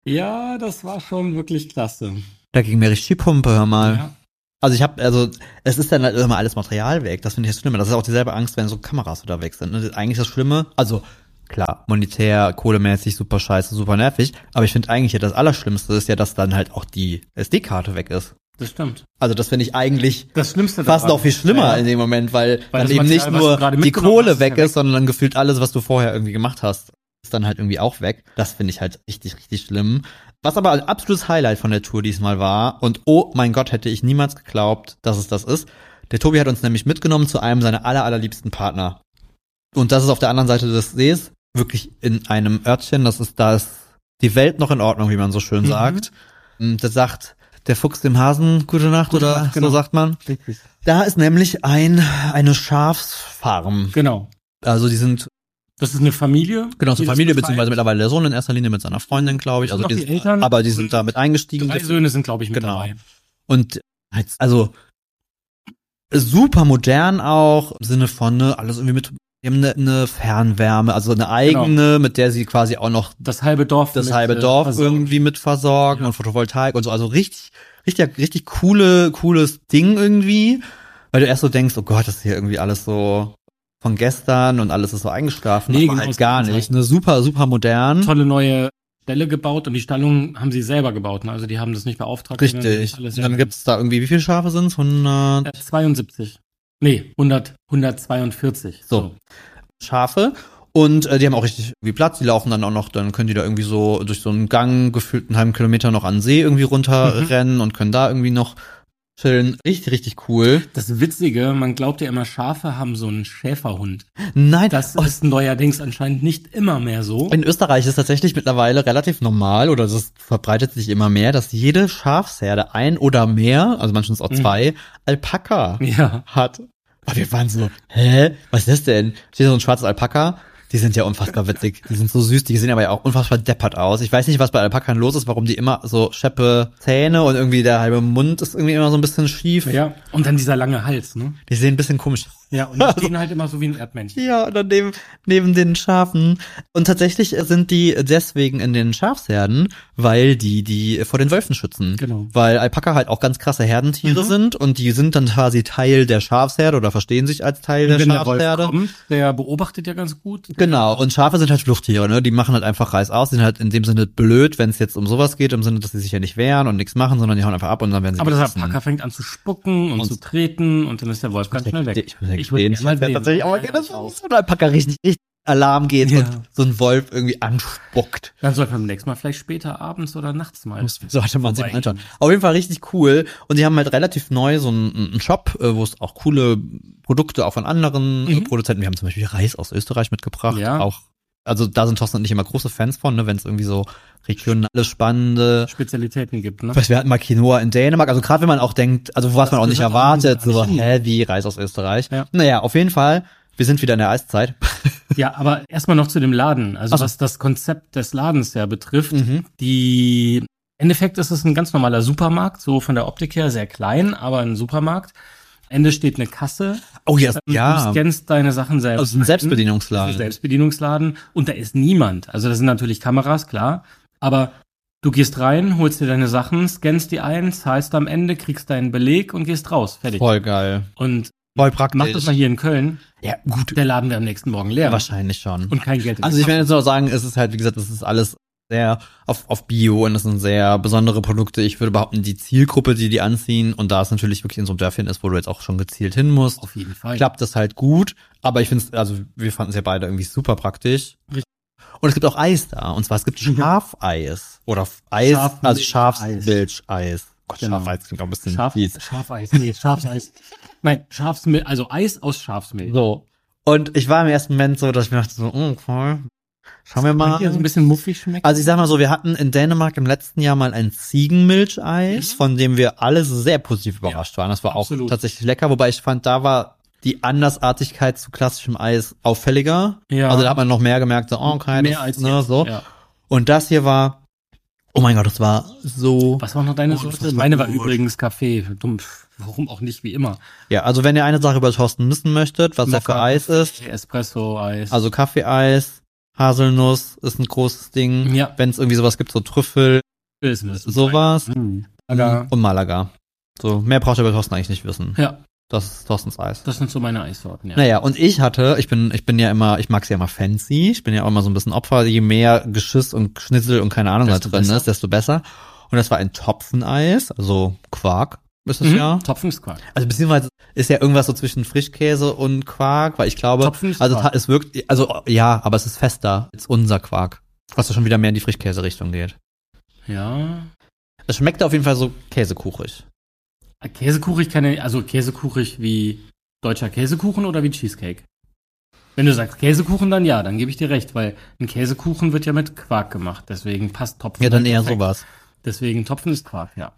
ja, das war schon wirklich klasse.
Da ging mir richtig die Pumpe, hör mal.
Ja.
Also ich habe, also es ist dann halt immer alles Material weg. Das finde ich das Schlimme. Das ist auch dieselbe Angst, wenn so Kameras wieder weg sind. ne? Das ist eigentlich das Schlimme. Also klar, monetär, kohlemäßig, super scheiße, super nervig. Aber ich finde eigentlich ja das Allerschlimmste ist ja, dass dann halt auch die SD-Karte weg ist.
Das stimmt.
Also das finde ich eigentlich
Das Schlimmste
fast
daran-
noch viel schlimmer
Ja,
in dem Moment, weil,
das
dann eben
Material,
nicht
was du
nur
gerade
die
mitgenommen
Kohle
hast, ist ja
weg ist,
weg.
sondern dann gefühlt alles, was du vorher irgendwie gemacht hast, ist dann halt irgendwie auch weg. Das finde ich halt richtig, richtig schlimm. Was aber ein absolutes Highlight von der Tour diesmal war, und oh mein Gott, hätte ich niemals geglaubt, dass es das ist. Der Tobi hat uns nämlich mitgenommen zu einem seiner aller, allerliebsten Partner. Und das ist auf der anderen Seite des Sees, wirklich in einem Örtchen, das ist da ist die Welt noch in Ordnung, wie man so schön
Mhm.
sagt. Und Das sagt der Fuchs dem Hasen, gute Nacht,
Gute
oder
Nacht, genau.
so sagt man.
Richtig.
Da ist nämlich ein, eine Schafsfarm.
Genau.
Also die sind
Das ist eine Familie.
Genau, so
die das
Familie,
betreibt.
beziehungsweise mittlerweile der Sohn in erster Linie mit seiner Freundin, glaube ich.
Das sind
Also die,
noch die Eltern
aber die sind da mit eingestiegen.
Drei Söhne sind, glaube ich, mit
Genau.
dabei.
Und als- also super modern auch im Sinne von ne, alles irgendwie mit die haben eine, eine Fernwärme, also
Genau.
eine eigene, mit der sie quasi auch noch
Das halbe Dorf.
das
mit,
halbe
äh,
Dorf
versorgt.
irgendwie mit versorgen und Photovoltaik und so. Also richtig, richtig, richtig coole, cooles Ding irgendwie, weil du erst so denkst, oh Gott, das ist hier irgendwie alles so von gestern und alles ist so eingeschlafen.
Nee,
aber
genau,
halt
das
gar
kann
nicht. Ne, super, super modern.
Tolle neue Stelle gebaut und die Stallungen haben sie selber gebaut. Ne? Also die haben das nicht beauftragt. sondern
Richtig.
Alles
Und dann gibt's da irgendwie, wie viele Schafe sind's? 100
äh, 72. Nee, 100, 142.
So. Schafe. Und äh, die haben auch richtig wie Platz, die laufen dann auch noch, dann können die da irgendwie so durch so einen Gang gefühlt einen halben Kilometer noch an den See
Mhm.
irgendwie runterrennen und können da irgendwie noch chillen. Richtig, richtig cool.
Das Witzige, man glaubt ja immer, Schafe haben so einen Schäferhund.
Nein,
Das
oh,
ist neuerdings anscheinend nicht immer mehr so.
in Österreich ist tatsächlich mittlerweile relativ normal oder das verbreitet sich immer mehr, dass jede Schafsherde ein oder mehr, also manchmal auch
Mhm.
zwei, Alpaka
Ja.
hat. Und wir waren so, hä? Was ist das denn? Steht so ein schwarzes Alpaka? Die sind ja unfassbar witzig. Die sind so süß. Die sehen aber ja auch unfassbar deppert aus. Ich weiß nicht, was bei Alpakan los ist, warum die immer so scheppe Zähne und irgendwie der halbe Mund ist irgendwie immer so ein bisschen schief.
Ja. Und dann dieser lange Hals, ne?
Die sehen ein bisschen komisch.
Ja, und die stehen halt immer so wie ein Erdmännchen.
Ja, und dann neben, neben den Schafen. Und tatsächlich sind die deswegen in den Schafsherden, weil die die vor den Wölfen schützen.
Genau.
Weil Alpaka halt auch ganz krasse Herdentiere
Mhm.
sind und die sind dann quasi Teil der Schafsherde oder verstehen sich als Teil der
Wenn der Wolf
Schafsherde.
kommt, der beobachtet ja ganz gut.
Genau, und Schafe sind halt Fluchttiere, ne? Die machen halt einfach Reis aus, sind halt in dem Sinne blöd, wenn es jetzt um sowas geht, im Sinne, dass sie sich ja nicht wehren und nichts machen, sondern die hauen einfach ab und dann werden sie
Aber das
gefressen.
Alpaka fängt an zu spucken und,
Und-
zu treten und dann ist der Wolf ganz schnell weg.
Ich muss ja
Ich würd
gestehen,
gerne mal
ich wär
sehen.
tatsächlich auch mal
Ja,
gerne, dass
ich auch.
so ein Alpaka richtig, richtig Alarm geht
Ja.
und so ein Wolf irgendwie anspuckt.
Dann sollten wir beim nächsten Mal vielleicht später abends oder nachts mal.
Sollte man sich mal
Vorbei.
anschauen. Auf jeden Fall richtig cool. Und die haben halt relativ neu so einen, einen Shop, äh, wo es auch coole Produkte auch von anderen äh,
Mhm.
Produzenten. Wir haben zum Beispiel Reis aus Österreich mitgebracht.
Ja.
Auch, also da sind Thorsten und ich immer große Fans von, ne, wenn es irgendwie so regionale, spannende.
Spezialitäten gibt, ne?
Was wir hatten mal Quinoa in Dänemark, also gerade wenn man auch denkt, also was man auch nicht
gehört auch
erwartet,
gar
so
nicht hin.
hä, wie Reis aus Österreich.
Ja.
Naja, auf jeden Fall, wir sind wieder in der Eiszeit.
Ja, aber erstmal noch zu dem Laden. Also
Ach so.
was das Konzept des Ladens ja betrifft,
Mhm.
die im Endeffekt ist es ein ganz normaler Supermarkt, so von der Optik her sehr klein, aber ein Supermarkt. Ende steht eine Kasse.
Oh yes,
Du
ja,
scannst deine Sachen selbst.
also
Das
ein
ist ein
Selbstbedienungsladen.
Selbstbedienungsladen und da ist niemand. Also da sind natürlich Kameras, klar, aber du gehst rein, holst dir deine Sachen, scannst die ein, zahlst am Ende, kriegst deinen Beleg und gehst raus. Fertig.
Voll geil.
Und
Voll
mach das mal
praktisch.
hier in Köln,
Ja, gut,
der Laden wäre am nächsten Morgen leer.
wahrscheinlich schon.
Und kein Geld. in der
Also ich werde jetzt nur sagen, es ist halt, wie gesagt, es ist alles sehr auf, auf Bio und das sind sehr besondere Produkte. Ich würde behaupten, die Zielgruppe, die die anziehen und da es natürlich wirklich in so einem Dörfchen ist, wo du jetzt auch schon gezielt hin musst,
Auf jeden Fall.
klappt das halt gut. Aber ich finde es, also wir fanden es ja beide irgendwie super praktisch.
Richtig.
Und es gibt auch Eis da. Und zwar, es gibt Schafeis. Oder F- Eis,
Schaf-
also
Milcheis.
Schafsmilcheis. Gott,
Genau.
Schafeis klingt auch ein bisschen
Schaf,
fies.
Schafeis. Nee, Schafseis. Nein, Schafsmilch, also Eis aus Schafsmilch.
So. Und ich war im ersten Moment so, dass ich mir dachte so, oh, cool. Schauen wir mal.
Kann hier so ein bisschen muffig schmeckt.
Also ich sag mal so, wir hatten in Dänemark im letzten Jahr mal ein Ziegenmilcheis, von dem wir alle sehr positiv überrascht waren. Das war auch
Mhm. absolut.
tatsächlich lecker, wobei ich fand, da war die Andersartigkeit zu klassischem Eis auffälliger.
Ja.
Also da hat man noch mehr gemerkt, so, oh, okay,
Mehr
das,
als
ne,
jetzt,
so.
ja.
Und das hier war, oh mein Gott, das war so.
Was war noch deine
Oh, das
Sorte?
ist
Meine war
gut.
übrigens Kaffee. Dumm, pf, warum auch nicht, wie immer.
Ja, also wenn ihr eine Sache über Thorsten wissen möchtet, was er für
Mokka.
Eis ist,
Espresso, Eis.
also Kaffee-Eis, Haselnuss ist ein großes Ding.
Ja.
Wenn es irgendwie sowas gibt, so Trüffel,
Business.
sowas.
Hm. Lager.
Und Malaga. So, mehr braucht ihr über Thorsten eigentlich nicht wissen.
Ja,
Das ist Thorstens Eis.
das sind so meine Eissorten, ja.
Naja, und ich hatte, ich bin, ich bin ja immer, ich mag's ja immer fancy, ich bin ja auch immer so ein bisschen Opfer, je mehr Geschiss und Schnitzel und keine Ahnung
Desto
da drin
besser.
ist, desto besser. Und das war ein Topfeneis, also Quark ist es
Mhm.
ja.
Topfensquark.
Also beziehungsweise ist ja irgendwas so zwischen Frischkäse und Quark, weil ich glaube,
Topfen ist
also
Quark.
es wirkt, also ja, aber es ist fester als unser Quark, was ja schon wieder mehr in die Frischkäse-Richtung geht.
Ja.
Es schmeckt auf jeden Fall so käsekuchig.
Käsekuchig kann ja, also Käsekuchig wie deutscher Käsekuchen oder wie Cheesecake? Wenn du sagst Käsekuchen, dann ja, dann gebe ich dir recht, weil ein Käsekuchen wird ja mit Quark gemacht, deswegen passt Topfen.
Ja, dann eher
perfekt.
sowas.
Deswegen Topfen ist Quark, ja.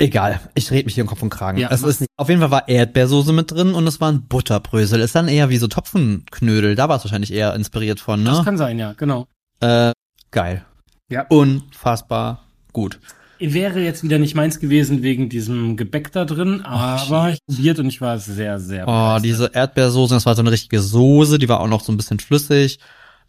Egal, ich red mich hier im Kopf und Kragen.
Ja,
es
mach's
ist, auf jeden Fall war Erdbeersoße mit drin und es waren Butterbrösel. Ist dann eher wie so Topfenknödel. Da war es wahrscheinlich eher inspiriert von,
Das
ne?
kann sein, ja, genau.
Äh, geil.
Ja.
Unfassbar gut.
Wäre jetzt wieder nicht meins gewesen wegen diesem Gebäck da drin, aber ich probiert und ich war sehr, sehr
Oh,
begeistert.
diese Erdbeersoße, das war so eine richtige Soße, die war auch noch so ein bisschen flüssig.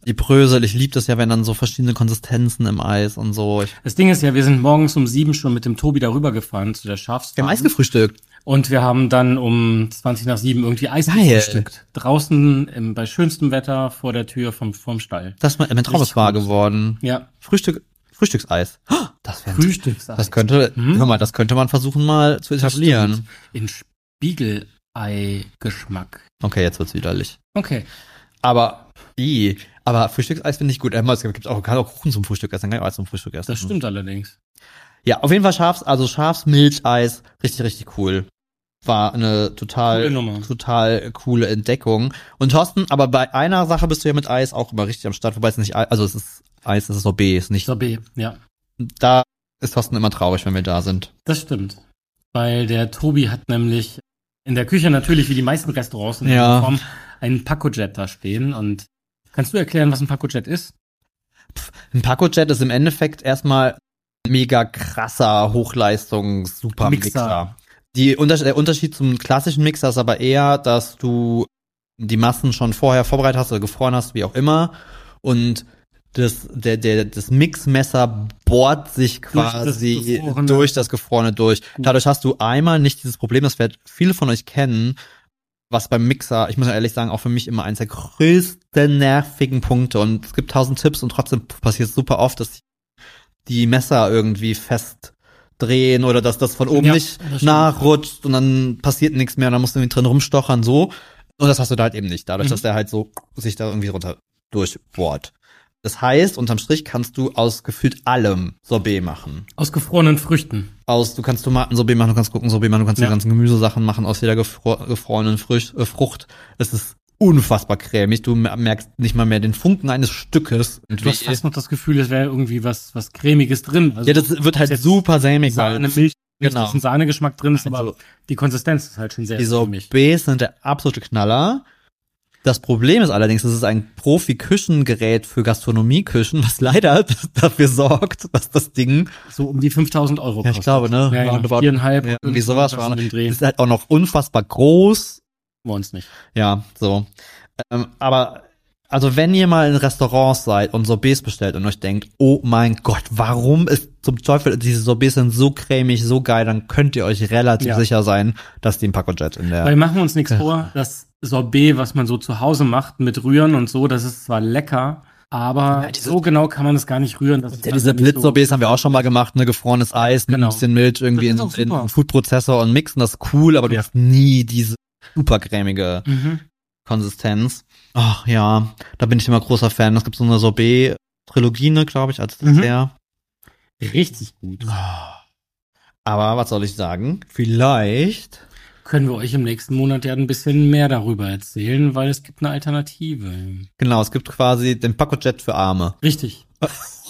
Die Brösel, ich lieb das ja, wenn dann so verschiedene Konsistenzen im Eis und so. Ich
Das Ding ist ja, wir sind morgens um sieben schon mit dem Tobi darüber gefahren zu der
wir haben
Schafsfarm.
Eis gefrühstückt.
Und wir haben dann um 20 nach sieben irgendwie Eis
Geil.
gefrühstückt. Draußen im, bei schönstem Wetter vor der Tür vom, vom Stall.
Das ist mein, mein Traum ist
Richtig
wahr
gut.
geworden.
Ja,
Frühstück, Frühstückseis. Oh, Das wäre
Frühstückseis.
Das könnte,
hm?
hör mal, das könnte man versuchen mal zu etablieren.
In Spiegelei-Geschmack.
Okay, jetzt wird's widerlich.
Okay.
Aber, i, aber Frühstückseis finde ich gut. Emma, es gibt auch, kann auch Kuchen zum Frühstück essen, kann ich auch Eis zum Frühstück essen.
Das stimmt allerdings.
Ja, auf jeden Fall Schafs, also Schafsmilcheis, richtig, richtig cool. War eine total,
Coole Nummer.
total coole Entdeckung. Und Thorsten, aber bei einer Sache bist du ja mit Eis auch immer richtig am Start, wobei es nicht, Ei- also es ist Eis, es ist Sorbet, es ist nicht,
Sorbet, ja.
da ist Thorsten immer traurig, wenn wir da sind.
Das stimmt. Weil der Tobi hat nämlich in der Küche natürlich, wie die meisten Restaurants in der
Ja.
Form, einen Pacojet da stehen. Und kannst du erklären, was ein Pacojet ist?
Ein Paco-Jet ist im Endeffekt erstmal ein mega krasser Hochleistungs-Supermixer.
Mixer.
Die Unter der Unterschied zum klassischen Mixer ist aber eher, dass du die Massen schon vorher vorbereitet hast oder gefroren hast, wie auch immer. Und das, der, der, das Mixmesser bohrt sich
das
quasi durch das,
Gefrorene. Genau.
Gefrorene durch. Dadurch hast du einmal nicht dieses Problem, das werden viele von euch kennen, was beim Mixer, ich muss ja ehrlich sagen, auch für mich immer eins der größten nervigen Punkte. Und es gibt tausend Tipps und trotzdem passiert es super oft, dass die Messer irgendwie fest drehen oder dass das von oben
Ja,
nicht
das stimmt.
nachrutscht und dann passiert nichts mehr und dann musst du irgendwie drin rumstochern, so. Und das hast du da halt eben nicht, dadurch,
Mhm.
dass der halt so sich da irgendwie runter durchbohrt. Das heißt, unterm Strich kannst du aus gefühlt allem Sorbet machen.
Aus gefrorenen Früchten.
Aus, du kannst Tomatensorbet machen, du kannst Gurkensorbet machen, du kannst
Ja.
die ganzen Gemüsesachen machen aus jeder gefro gefrorenen Frücht, äh, Frucht. Es ist unfassbar cremig. Du mer- merkst nicht mal mehr den Funken eines Stückes.
Du hast fast noch das Gefühl, es wäre irgendwie was, was cremiges drin. Also
ja, das wird halt
jetzt
super sämig
Sahne,
sein.
Milch,
Genau.
genau. ist ein Sahnegeschmack drin, ist, aber
Also-
die Konsistenz ist halt schon sehr
Die
cremig.
Sorbets sind der absolute Knaller. Das Problem ist allerdings, es ist ein Profi-Küchengerät für Gastronomieküchen, was leider dafür sorgt, dass das Ding,
So um die 5000 Euro
ja, ich glaube, ne,
Ja, ja,
roundabout,
viereinhalb.
ja, irgendwie sowas
das in
war,
dem Dreh.
ist halt auch noch unfassbar groß,
Bei uns nicht.
Ja, so. Ähm, aber also wenn ihr mal in Restaurants seid und Sorbets bestellt und euch denkt, oh mein Gott, warum ist zum Teufel diese Sorbets sind so cremig, so geil, dann könnt ihr euch relativ
Ja.
sicher sein, dass die ein Pacojet in der
Weil machen wir uns nichts vor, das Sorbet, was man so zu Hause macht mit Rühren und so, das ist zwar lecker, aber
Ja, diese-
so genau kann man das gar nicht rühren. Das ist
ja,
also
diese
nicht so-
Blitzsorbets haben wir auch schon mal gemacht, ne, gefrorenes Eis mit
Genau.
ein bisschen Milch irgendwie
Das
in,
ist auch
in
super.
einen Foodprozessor und mixen das ist cool, aber du
Ja.
hast nie diese super cremige
Mhm.
Konsistenz. Ach ja, da bin ich immer großer Fan. Es gibt so eine Sorbet-Trilogie, ne, glaube ich, als
Mhm.
Dessert.
Richtig gut.
Aber was soll ich sagen? Vielleicht.
Können wir euch im nächsten Monat ja ein bisschen mehr darüber erzählen, weil es gibt eine Alternative.
Genau, es gibt quasi den Pacojet für Arme.
Richtig.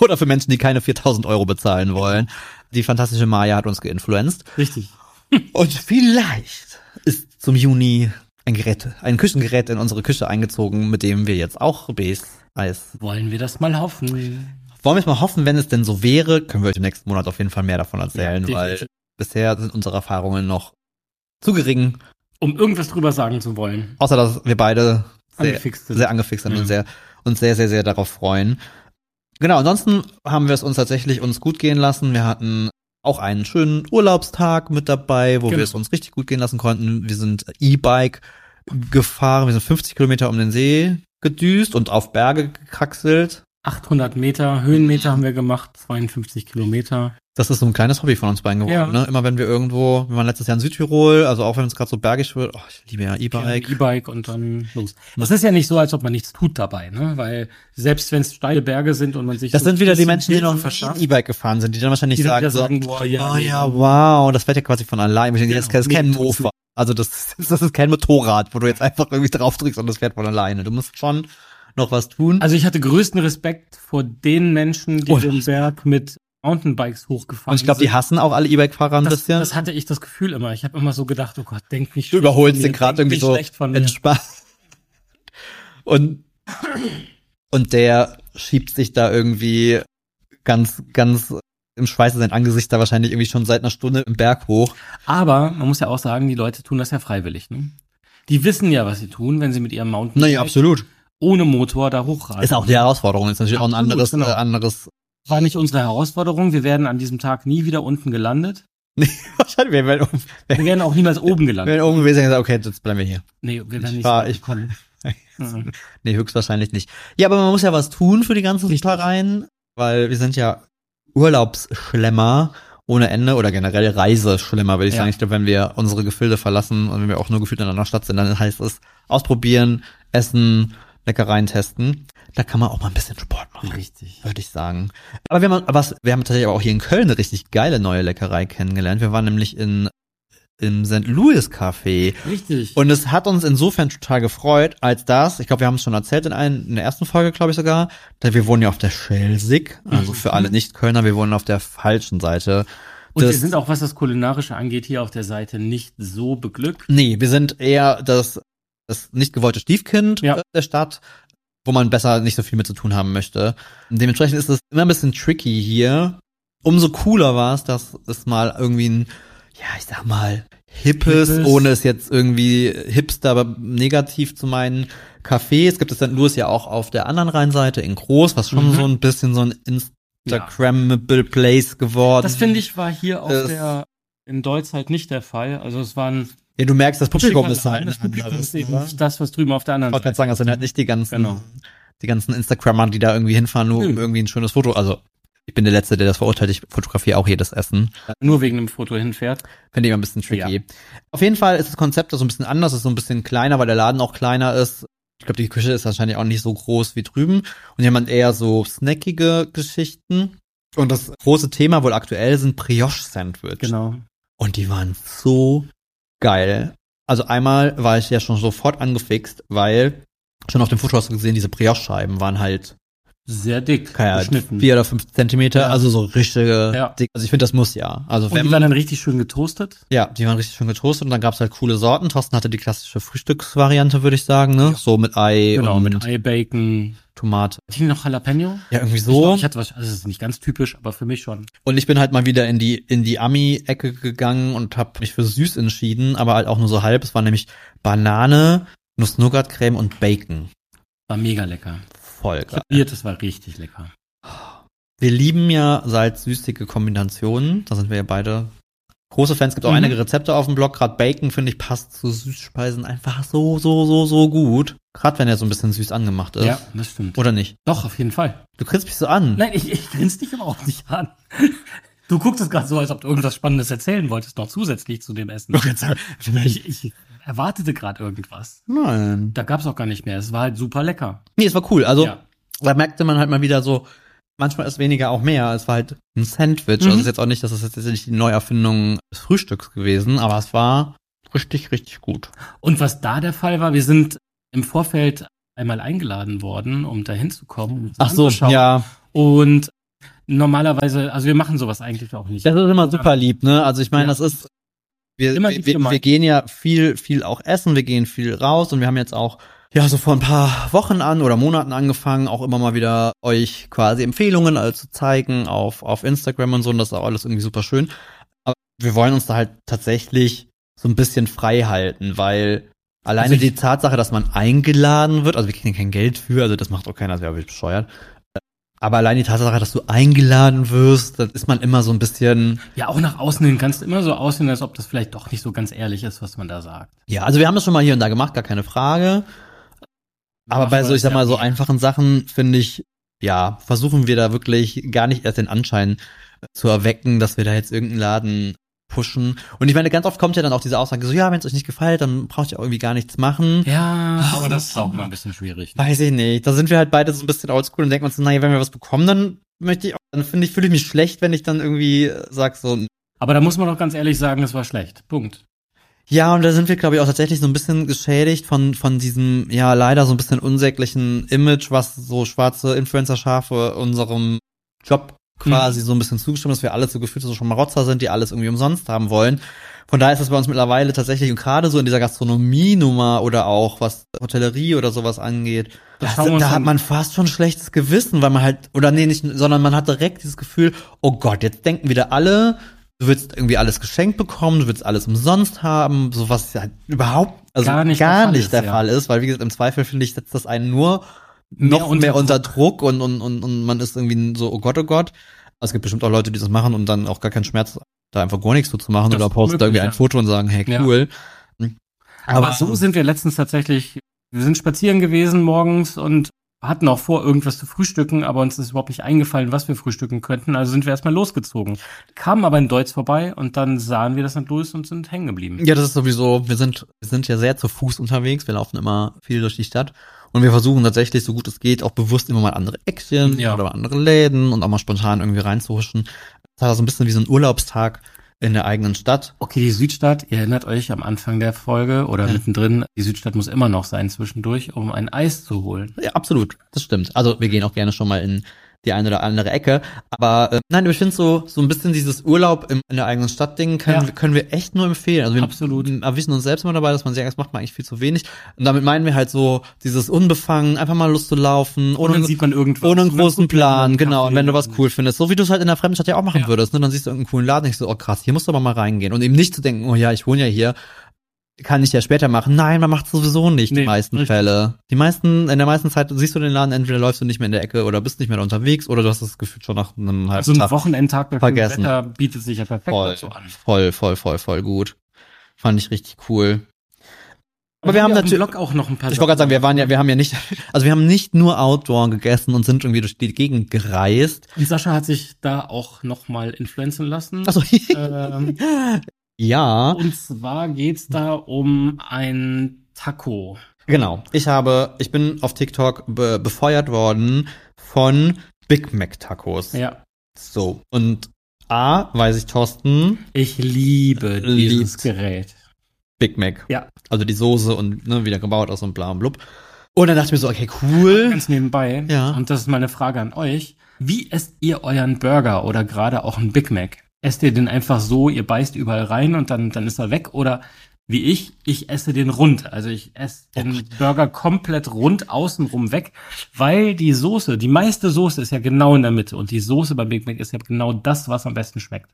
Oder für Menschen, die keine 4000 Euro bezahlen wollen. Die fantastische Maya hat uns geinfluenzt.
Richtig.
Und vielleicht ist zum Juni ein Gerät, ein Küchengerät in unsere Küche eingezogen, mit dem wir jetzt auch Bs Eis.
Wollen wir das mal hoffen?
Wollen wir es mal hoffen, wenn es denn so wäre, können wir euch im nächsten Monat auf jeden Fall mehr davon erzählen,
Ja,
weil
definitiv.
bisher sind unsere Erfahrungen noch zu gering,
Um irgendwas drüber sagen zu wollen.
außer dass wir beide sehr,
Angefixt sind.
sehr angefixt sind
Mhm.
und sehr uns sehr, sehr, sehr darauf freuen. Genau, ansonsten haben wir es uns tatsächlich uns gut gehen lassen. Wir hatten auch einen schönen Urlaubstag mit dabei, wo wir
Genau.
es uns richtig gut gehen lassen konnten. Wir sind E-Bike gefahren, wir sind 50 Kilometer um den See gedüst und auf Berge gekraxelt.
800 Meter, Höhenmeter haben wir gemacht, 52 Kilometer.
Das ist so ein kleines Hobby von uns beiden geworden.
Ja.
Ne? Immer wenn wir irgendwo, wir waren letztes Jahr in Südtirol, also auch wenn es gerade so bergig wird, oh, ich liebe ja E-Bike.
E-Bike und dann los. Das ist ja nicht so, als ob man nichts tut dabei, ne? Weil selbst wenn es steile Berge sind und man sich
Das
so
sind wieder
ein
die
bisschen
Menschen, die
Hilfe
noch nie E-Bike gefahren sind, die dann wahrscheinlich
Die dann wieder
sagen, so,
sagen, boah, ja,
oh
nee.
ja, wow, das fährt ja quasi von allein. Ich denke, das,
Genau.
das ist kein
Nee, tut's
Mofa. Also das, ist- das ist kein Motorrad, wo du jetzt einfach irgendwie drauf drückst und das fährt von alleine. Du musst schon noch was tun.
Also ich hatte größten Respekt vor den Menschen, die
Oh.
den Berg mit Mountainbikes hochgefahren
Und ich glaube, die
sind.
hassen auch alle E-Bike-Fahrer ein
das,
bisschen.
das hatte ich das Gefühl immer. Ich habe immer so gedacht, oh Gott, denk nicht
du
schlecht
überholst
von mir,
den gerade
denk
irgendwie
nicht
so
schlecht von mir.
entspannt. Und, und der schiebt sich da irgendwie ganz, ganz im Schweiße sein Angesicht da wahrscheinlich irgendwie schon seit einer Stunde im Berg hoch.
Aber man muss ja auch sagen, die Leute tun das ja freiwillig. Ne? Die wissen ja, was sie tun, wenn sie mit ihrem Mountainbike
Naja, absolut.
ohne Motor da hochradeln.
Ist auch die Herausforderung, ist natürlich auch ein
Absolut,
anderes,
genau.
äh, anderes.
War nicht unsere Herausforderung. Wir werden an diesem Tag nie wieder unten gelandet.
Wahrscheinlich, wir werden oben,
Wir werden auch niemals oben
wir
gelandet.
werden oben gewesen und gesagt, okay, jetzt bleiben wir hier.
Nee, wir werden
Ich
nicht
war-
so
ich-
kommen. Mhm.
Nee, höchstwahrscheinlich nicht. Ja, aber man muss ja was tun für die ganzen Fahrereien, weil wir sind ja Urlaubsschlemmer ohne Ende oder generell Reiseschlemmer, würde ich
Ja.
sagen. Ich glaube, wenn wir unsere Gefilde verlassen und wenn wir auch nur gefühlt in einer anderen Stadt sind, dann heißt es ausprobieren, essen, Leckereien testen. Da kann man auch mal ein bisschen Sport machen.
Richtig.
Würde ich sagen. Aber wir haben, aber was, wir haben tatsächlich aber auch hier in Köln eine richtig geile neue Leckerei kennengelernt. Wir waren nämlich in, im St. Louis Café.
Richtig.
Und es hat uns insofern total gefreut, als das, ich glaube, wir haben es schon erzählt in, ein, in der ersten Folge, glaube ich sogar, denn wir wohnen ja auf der Schelsig, also für alle Nicht-Kölner, wir wohnen auf der falschen Seite.
Und wir
des-
sind auch, was das Kulinarische angeht, hier auf der Seite nicht so beglückt.
Nee, wir sind eher das, das nicht gewollte Stiefkind
Ja.
äh, der Stadt, wo man besser nicht so viel mit zu tun haben möchte. Dementsprechend ist es immer ein bisschen tricky hier. Umso cooler war es, dass es mal irgendwie ein, ja, ich sag mal, hippes,
Hippes.
ohne es jetzt irgendwie hipster, aber negativ zu meinen, Café. Es gibt es dann Louis ja auch auf der anderen Rheinseite in Groß, was schon
Mhm.
so ein bisschen so ein Instagrammable Place geworden.
Das finde ich war hier auf
Das-
der in Deutsch halt nicht der Fall. Also es waren
Ja, du merkst, das Publikum ist halt
das
ein
Publikum ist eben
ne?
nicht das, was drüben auf der anderen
Ich wollte
Seite.
gerade sagen, das sind halt nicht die ganzen,
Genau.
die ganzen Instagrammer, die da irgendwie hinfahren, nur um
Nö.
irgendwie ein schönes Foto. Also ich bin der Letzte, der das verurteilt. Ich fotografiere auch jedes Essen.
Nur wegen dem Foto hinfährt.
Finde ich immer ein bisschen tricky. Auf jeden Fall ist das Konzept da so ein bisschen anders, ist so ein bisschen kleiner, weil der Laden auch kleiner ist. Ich glaube, die Küche ist wahrscheinlich auch nicht so groß wie drüben. Und jemand eher so snackige Geschichten. Und das große Thema wohl aktuell sind Brioche-Sandwich.
Genau.
Und die waren so geil. Also einmal war ich ja schon sofort angefixt, weil schon auf dem Foto hast du gesehen, diese Brioche-Scheiben waren halt
Sehr dick
keine Ahnung,
geschnitten.
vier oder fünf Zentimeter,
Ja.
also so richtige
Ja.
Dick. Also ich finde, das muss ja. Also
Und
wenn
die waren dann richtig schön getoastet.
ja, die waren richtig schön getoastet und dann gab's halt coole Sorten. Thorsten hatte die klassische Frühstücksvariante, würde ich sagen, ne? So mit Ei
Genau,
und
mit Ei, Bacon.
Tomate.
Hat die noch Jalapeno?
Ja, irgendwie
Ich,
so.
glaub, ich hatte was, also das ist nicht ganz typisch, aber für mich schon.
Und ich bin halt mal wieder in die in die Ami-Ecke gegangen und habe mich für süß entschieden, aber halt auch nur so halb. Es war nämlich Banane, Nuss-Nougat-Creme und Bacon.
War mega lecker.
Voll geil.
Probiert, das war richtig lecker.
Wir lieben ja salz-süßige Kombinationen. Da sind wir ja beide große Fans. Gibt auch
Mhm.
einige Rezepte auf dem Blog. Gerade Bacon finde ich passt zu Süßspeisen einfach so so so so gut. Gerade wenn er so ein bisschen süß angemacht ist.
Ja, das stimmt.
Oder nicht?
Doch, auf jeden Fall.
Du kriegst mich so an.
Nein, ich, ich grinst dich aber auch nicht an. Du guckst es gerade so, als ob du irgendwas Spannendes erzählen wolltest, noch zusätzlich zu dem Essen. Ich, ich erwartete gerade irgendwas.
Nein.
Da gab's auch gar nicht mehr. Es war halt super lecker.
Nee, es war cool. Also
ja.
da merkte man halt mal wieder so, manchmal ist weniger auch mehr. Es war halt ein Sandwich. Also
Mhm.
es ist jetzt auch nicht, dass es jetzt nicht die Neuerfindung des Frühstücks gewesen, aber es war richtig, richtig gut.
Und was da der Fall war, wir sind im Vorfeld einmal eingeladen worden, um da hinzukommen. um uns anzuschauen.
ja.
Und normalerweise, also wir machen sowas eigentlich auch nicht.
Das ist immer super lieb, ne? Also ich meine,
Ja.
das ist, wir,
Immer
wir,
lieb
wir,
gemeint.
wir gehen ja viel, viel auch essen, wir gehen viel raus und wir haben jetzt auch, ja, so vor ein paar Wochen an oder Monaten angefangen, auch immer mal wieder euch quasi Empfehlungen äh, zu zeigen auf, auf Instagram und so und das ist auch alles irgendwie super schön. Aber wir wollen uns da halt tatsächlich so ein bisschen frei halten, weil alleine
Also ich-
die Tatsache, dass man eingeladen wird, also wir kriegen kein Geld für, also das macht auch keiner, das wäre wirklich bescheuert. Äh, Aber allein die Tatsache, dass du eingeladen wirst, dann ist man immer so ein bisschen.
Ja, auch nach außen hin kannst du immer so aussehen, als ob das vielleicht doch nicht so ganz ehrlich ist, was man da sagt.
Ja, also wir haben das schon mal hier und da gemacht, gar keine Frage. Aber
Machen
bei
wir
so,
das
ich sag
ja
mal, so
auch.
einfachen Sachen finde ich, ja, versuchen wir da wirklich gar nicht erst den Anschein äh, zu erwecken, dass wir da jetzt irgendeinen Laden pushen. Und ich meine, ganz oft kommt ja dann auch diese Aussage so, ja, wenn es euch nicht gefällt, dann braucht ihr auch irgendwie gar nichts machen.
Ja, aber das ist auch mal ein bisschen schwierig. ne?
Weiß ich nicht. Da sind wir halt beide so ein bisschen oldschool und denken uns, naja, wenn wir was bekommen, dann möchte ich auch, dann finde ich, fühle ich mich schlecht, wenn ich dann irgendwie äh, sag so,
Aber da muss man doch ganz ehrlich sagen, das war schlecht. Punkt.
Ja, und da sind wir, glaube ich, auch tatsächlich so ein bisschen geschädigt von, von diesem, ja, leider so ein bisschen unsäglichen Image, was so schwarze Influencer-Schafe unserem Job
Mhm.
quasi so ein bisschen zugestimmt, dass wir alle so gefühlte so Schmarotzer sind, die alles irgendwie umsonst haben wollen. Von daher ist das bei uns mittlerweile tatsächlich, und gerade so in dieser Gastronomie-Nummer oder auch was Hotellerie oder sowas angeht,
Das
das,
schauen wir uns
da hat
an.
man fast schon ein schlechtes Gewissen, weil man halt, oder nee, nicht, sondern man hat direkt dieses Gefühl, oh Gott, jetzt denken wieder alle, du willst irgendwie alles geschenkt bekommen, du willst alles umsonst haben, sowas halt überhaupt, also
Gar
gar
nicht
nicht,
der Fall ist,
der
ja.
Fall ist, weil wie gesagt, im Zweifel finde ich, setzt das einen nur
Mehr
noch
unter
mehr unter Druck und, und, und, und man ist irgendwie so, oh Gott, oh Gott. Es gibt bestimmt auch Leute, die das machen, um dann auch gar keinen Schmerz, da einfach gar nichts zu zu machen
Das
oder
ist
posten da
möglich,
irgendwie
ja.
ein Foto und sagen, hey,
Ja.
cool.
Aber,
Aber-
so sind wir letztens tatsächlich, wir sind spazieren gewesen morgens und hatten auch vor, irgendwas zu frühstücken, aber uns ist überhaupt nicht eingefallen, was wir frühstücken könnten. Also sind wir erstmal losgezogen. Kamen aber in Deutsch vorbei und dann sahen wir das in Louis und sind hängen geblieben.
Ja, das ist sowieso, wir sind, wir sind ja sehr zu Fuß unterwegs, wir laufen immer viel durch die Stadt und wir versuchen tatsächlich, so gut es geht, auch bewusst immer mal andere Eckchen
Ja.
oder mal andere Läden und auch mal spontan irgendwie reinzuhuschen. Das war so ein bisschen wie so ein Urlaubstag in der eigenen Stadt.
Okay, die Südstadt, ihr erinnert euch am Anfang der Folge oder
Ja.
mittendrin, die Südstadt muss immer noch sein zwischendurch, um ein Eis zu holen.
Ja, absolut. Das stimmt. Also wir gehen auch gerne schon mal in die eine oder andere Ecke. Aber äh, nein, ich finde so, so ein bisschen dieses Urlaub im, in der eigenen Stadt Ding können,
Ja.
können wir echt nur empfehlen. Also wir
Absolut.
erwischen uns selbst immer dabei, dass man sagt, das macht man eigentlich viel zu wenig. Und damit meinen wir halt so dieses Unbefangen, einfach mal Lust zu laufen,
Und dann
ohne,
sieht man irgendwas.
ohne einen
Und dann
großen
guckt man
Plan,
einen
genau. Und wenn du was
Kaffee.
cool findest, so wie du es halt in der fremden Stadt ja auch machen
Ja.
würdest, ne? dann siehst du irgendeinen coolen Laden, ich so, oh krass, hier musst du aber mal reingehen. Und eben nicht zu denken, oh ja, ich wohne ja hier, kann ich ja später machen. Nein, man macht sowieso nicht,
Nee,
die meisten
richtig.
Fälle. Die meisten, in der meisten Zeit siehst du den Laden, entweder läufst du nicht mehr in der Ecke oder bist nicht mehr unterwegs oder du hast das Gefühl schon nach einem halben
Also ein
Tag.
Wochenendtag bei schönem
Vergessen.
Wetter bietet sich ja perfekt
Voll,
dazu an.
voll, voll, voll, voll gut. Fand ich richtig cool. Aber wir haben
auf dem
natürlich-
Blog auch noch ein paar
Ich wollte gerade sagen,
Sachen.
wir waren ja, wir haben ja nicht, also wir haben nicht nur Outdoor gegessen und sind irgendwie durch die Gegend gereist.
Und Sascha hat sich da auch nochmal influenzen lassen.
Achso,
Ähm,
ja.
und zwar geht's da um ein Taco.
Genau. Ich habe, ich bin auf TikTok be befeuert worden von Big Mac Tacos.
Ja.
So. Und A, weiß ich Thorsten,
Ich liebe dieses
Liebt.
Gerät.
Big Mac.
Ja.
Also die Soße und ne, wieder gebaut aus so einem blauen Blub. Und dann dachte ich mir so, okay, cool.
Ganz nebenbei.
Ja.
Und das ist meine Frage an euch. Wie esst ihr euren Burger oder gerade auch einen Big Mac? Esst ihr den einfach so, ihr beißt überall rein und dann, dann ist er weg? Oder wie ich, ich esse den rund. Also ich esse den Burger komplett rund außenrum weg, weil die Soße, die meiste Soße ist ja genau in der Mitte. Und die Soße beim Big Mac ist ja genau das, was am besten schmeckt.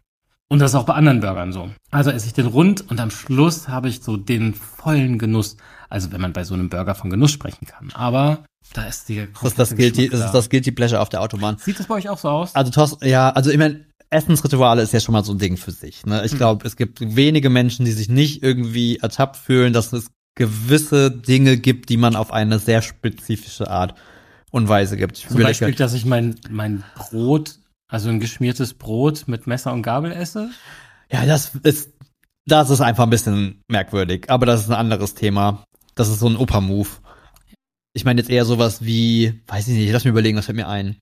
Und das ist auch bei anderen Burgern so. Also esse ich den rund und am Schluss habe ich so den vollen Genuss. Also wenn man bei so einem Burger von Genuss sprechen kann. Aber da ist die
Das ist das Guilty, das ist das Guilty Pleasure auf der Autobahn.
Sieht das bei euch auch so aus?
Also Thorsten, ja, also ich meine, Essensrituale ist ja schon mal so ein Ding für sich. Ne?
Hm.
Ich glaube, es gibt wenige Menschen, die sich nicht irgendwie ertappt fühlen, dass es gewisse Dinge gibt, die man auf eine sehr spezifische Art und Weise gibt. Ich
Zum
überleg
Beispiel,
grad-
dass ich mein, mein Brot, also ein geschmiertes Brot mit Messer und Gabel esse.
ja, das ist, das ist einfach ein bisschen merkwürdig, aber das ist ein anderes Thema. Das ist so ein Opa-Move. Ich meine jetzt eher sowas wie, weiß ich nicht, lass mir überlegen, was fällt mir ein.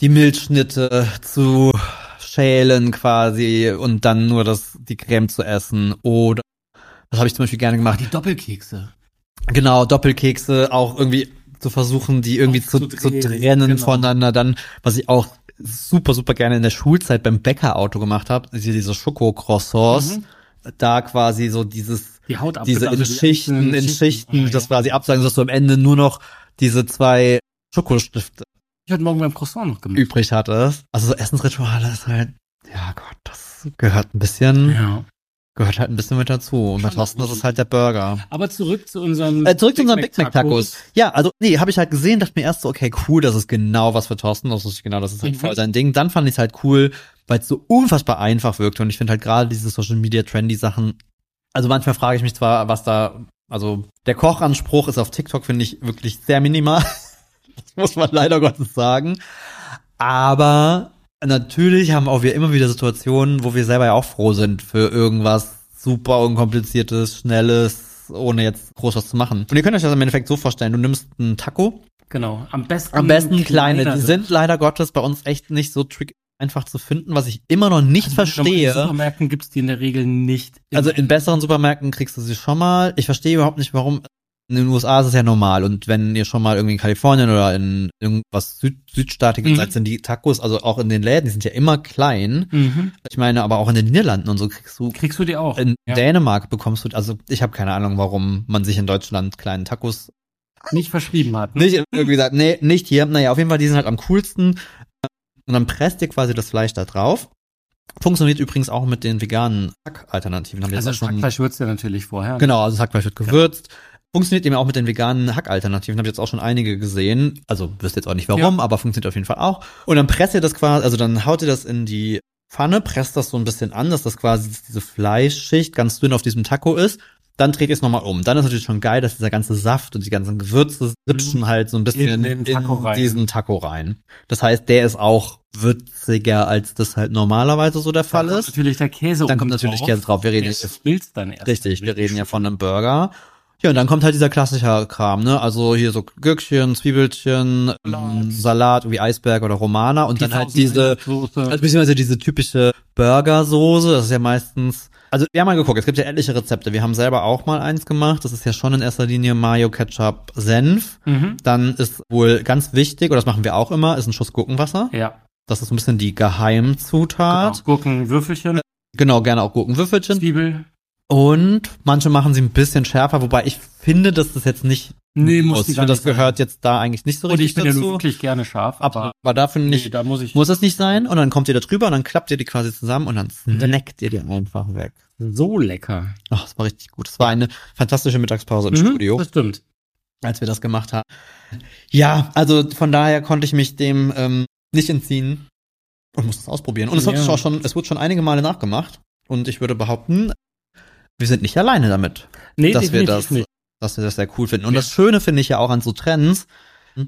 Die Milchschnitte zu schälen quasi und dann nur das, die Creme zu essen oder, das habe ich zum Beispiel gerne gemacht,
Die Doppelkekse.
Genau, Doppelkekse auch irgendwie zu versuchen, die irgendwie zu, zu
Aufzudrehen,
trennen
genau.
voneinander. Dann, was ich auch super, super gerne in der Schulzeit beim Bäckerauto gemacht habe, ist hier diese Schoko-Croissants,
Mhm.
da quasi so dieses,
Die Haut ab.
diese in
also die
Schichten,
einzelnen
in Schichten,
Ah,
das
ja.
quasi absagen, dass du am Ende nur noch diese zwei Schokostifte
Ich heute Morgen beim Croissant noch gemacht.
übrig hattest. Also so Essensrituale ist halt, ja Gott, das gehört ein bisschen,
Ja.
gehört halt ein bisschen mit dazu. Und bei
Schon
Thorsten ist
gut.
es halt der Burger.
Aber zurück zu unserem
Äh, zurück zu unseren Big Mac Tacos. Ja, also nee, habe ich halt gesehen, dachte mir erst so, okay, cool, das ist genau was für Thorsten, das ist genau, das ist halt
Mhm.
voll sein Ding. Dann fand ich es halt cool, weil es so unfassbar einfach wirkte und ich finde halt gerade diese Social Media Trendy Sachen. Also manchmal frage ich mich zwar, was da, also der Kochanspruch ist auf TikTok finde ich wirklich sehr minimal. das muss man leider Gottes sagen. Aber natürlich haben auch wir immer wieder Situationen, wo wir selber ja auch froh sind für irgendwas super unkompliziertes, schnelles, ohne jetzt groß was zu machen. Und ihr könnt euch das im Endeffekt so vorstellen, du nimmst einen Taco,
Genau. Am besten,
am besten kleine, die
kleinere.
sind leider Gottes bei uns echt nicht so trick einfach zu finden, was ich immer noch
Also,
nicht
In
verstehe.
Supermärkten gibt's die in der Regel nicht.
Also in besseren Supermärkten kriegst du sie schon mal. Ich verstehe überhaupt nicht, warum in den USA ist es ja normal. Und wenn ihr schon mal irgendwie in Kalifornien oder in irgendwas Süd Südstaatiges
Mhm.
seid, sind die Tacos, also auch in den Läden, die sind ja immer klein.
Mhm.
Ich meine, aber auch in den Niederlanden und so kriegst du
Kriegst du die auch?
in
ja.
Dänemark bekommst du, also ich habe keine Ahnung, warum man sich in Deutschland kleinen Tacos
Nicht verschrieben hat. Ne?
nicht irgendwie sagt, nee, nicht hier. Naja, auf jeden Fall, die sind halt am coolsten. Und dann presst ihr quasi das Fleisch da drauf. Funktioniert übrigens auch mit den veganen Hack-Alternativen. Haben wir
Also
jetzt auch schon-
Hackfleisch würzt ja natürlich vorher.
Genau, also das Hackfleisch wird gewürzt. Funktioniert eben auch mit den veganen Hackalternativen. Habe ich jetzt auch schon einige gesehen. Also wisst jetzt auch nicht warum, aber funktioniert auf jeden Fall auch. Und dann presst ihr das quasi, also dann haut ihr das in die Pfanne, presst das so ein bisschen an, dass das quasi diese Fleischschicht ganz dünn auf diesem Taco ist. Dann dreht ihr es nochmal um. Dann ist natürlich schon geil, dass dieser ganze Saft und die ganzen Gewürze rutschen halt so ein bisschen
Mhm. In den Taco rein.
diesen Taco rein. Das heißt, der ist auch würziger, als das halt normalerweise so der
Dann
Fall
kommt
ist.
Natürlich der Käse
Dann
oben
kommt natürlich
drauf.
Käse drauf. Wir reden
Der
jetzt
schmilzt dann erst.
Richtig, wir reden ja von einem Burger. Ja, und dann kommt halt dieser klassische Kram, ne? Also hier so Gürkchen, Zwiebelchen, ähm,
Salat.
Salat, irgendwie Eisberg oder Romana und
Die
dann halt
Tausend-
diese,
Soße.
also beziehungsweise diese typische Burgersoße, das ist ja meistens, also wir haben mal geguckt, es gibt ja etliche Rezepte. Wir haben selber auch mal eins gemacht, das ist ja schon in erster Linie Mayo, Ketchup, Senf.
Mhm.
Dann ist wohl ganz wichtig, oder das machen wir auch immer, ist ein Schuss Gurkenwasser.
Ja.
Das ist so ein bisschen die Geheimzutat.
Genau. Gurkenwürfelchen,
Genau, gerne auch Gurkenwürfelchen.
Zwiebel.
Und manche machen sie ein bisschen schärfer, wobei ich finde, dass das jetzt nicht
Nee, muss die
ich
gar
finde, das
nicht sein.
gehört jetzt da eigentlich nicht so
Und
richtig
ich bin ja nur
dazu.
wirklich gerne scharf, aber
aber dafür nicht,
nee, da muss ich
muss es nicht sein. Und dann kommt ihr da drüber und dann klappt ihr die quasi zusammen und dann
Mhm.
snackt ihr die einfach weg.
so lecker. Mhm,
Ach, das war richtig gut. Das war eine fantastische Mittagspause im Studio,
Das stimmt.
als wir das gemacht haben. Ja, also von daher konnte ich mich dem ähm, nicht entziehen und musste es ausprobieren. Und es, wird
Ja.
auch schon, es wurde schon einige Male nachgemacht. Und ich würde behaupten, wir sind nicht alleine damit.
Nee,
dass wir
definitiv
das,
nicht.
dass wir das sehr cool finden. Und das Schöne finde ich ja auch an so Trends,
Hm?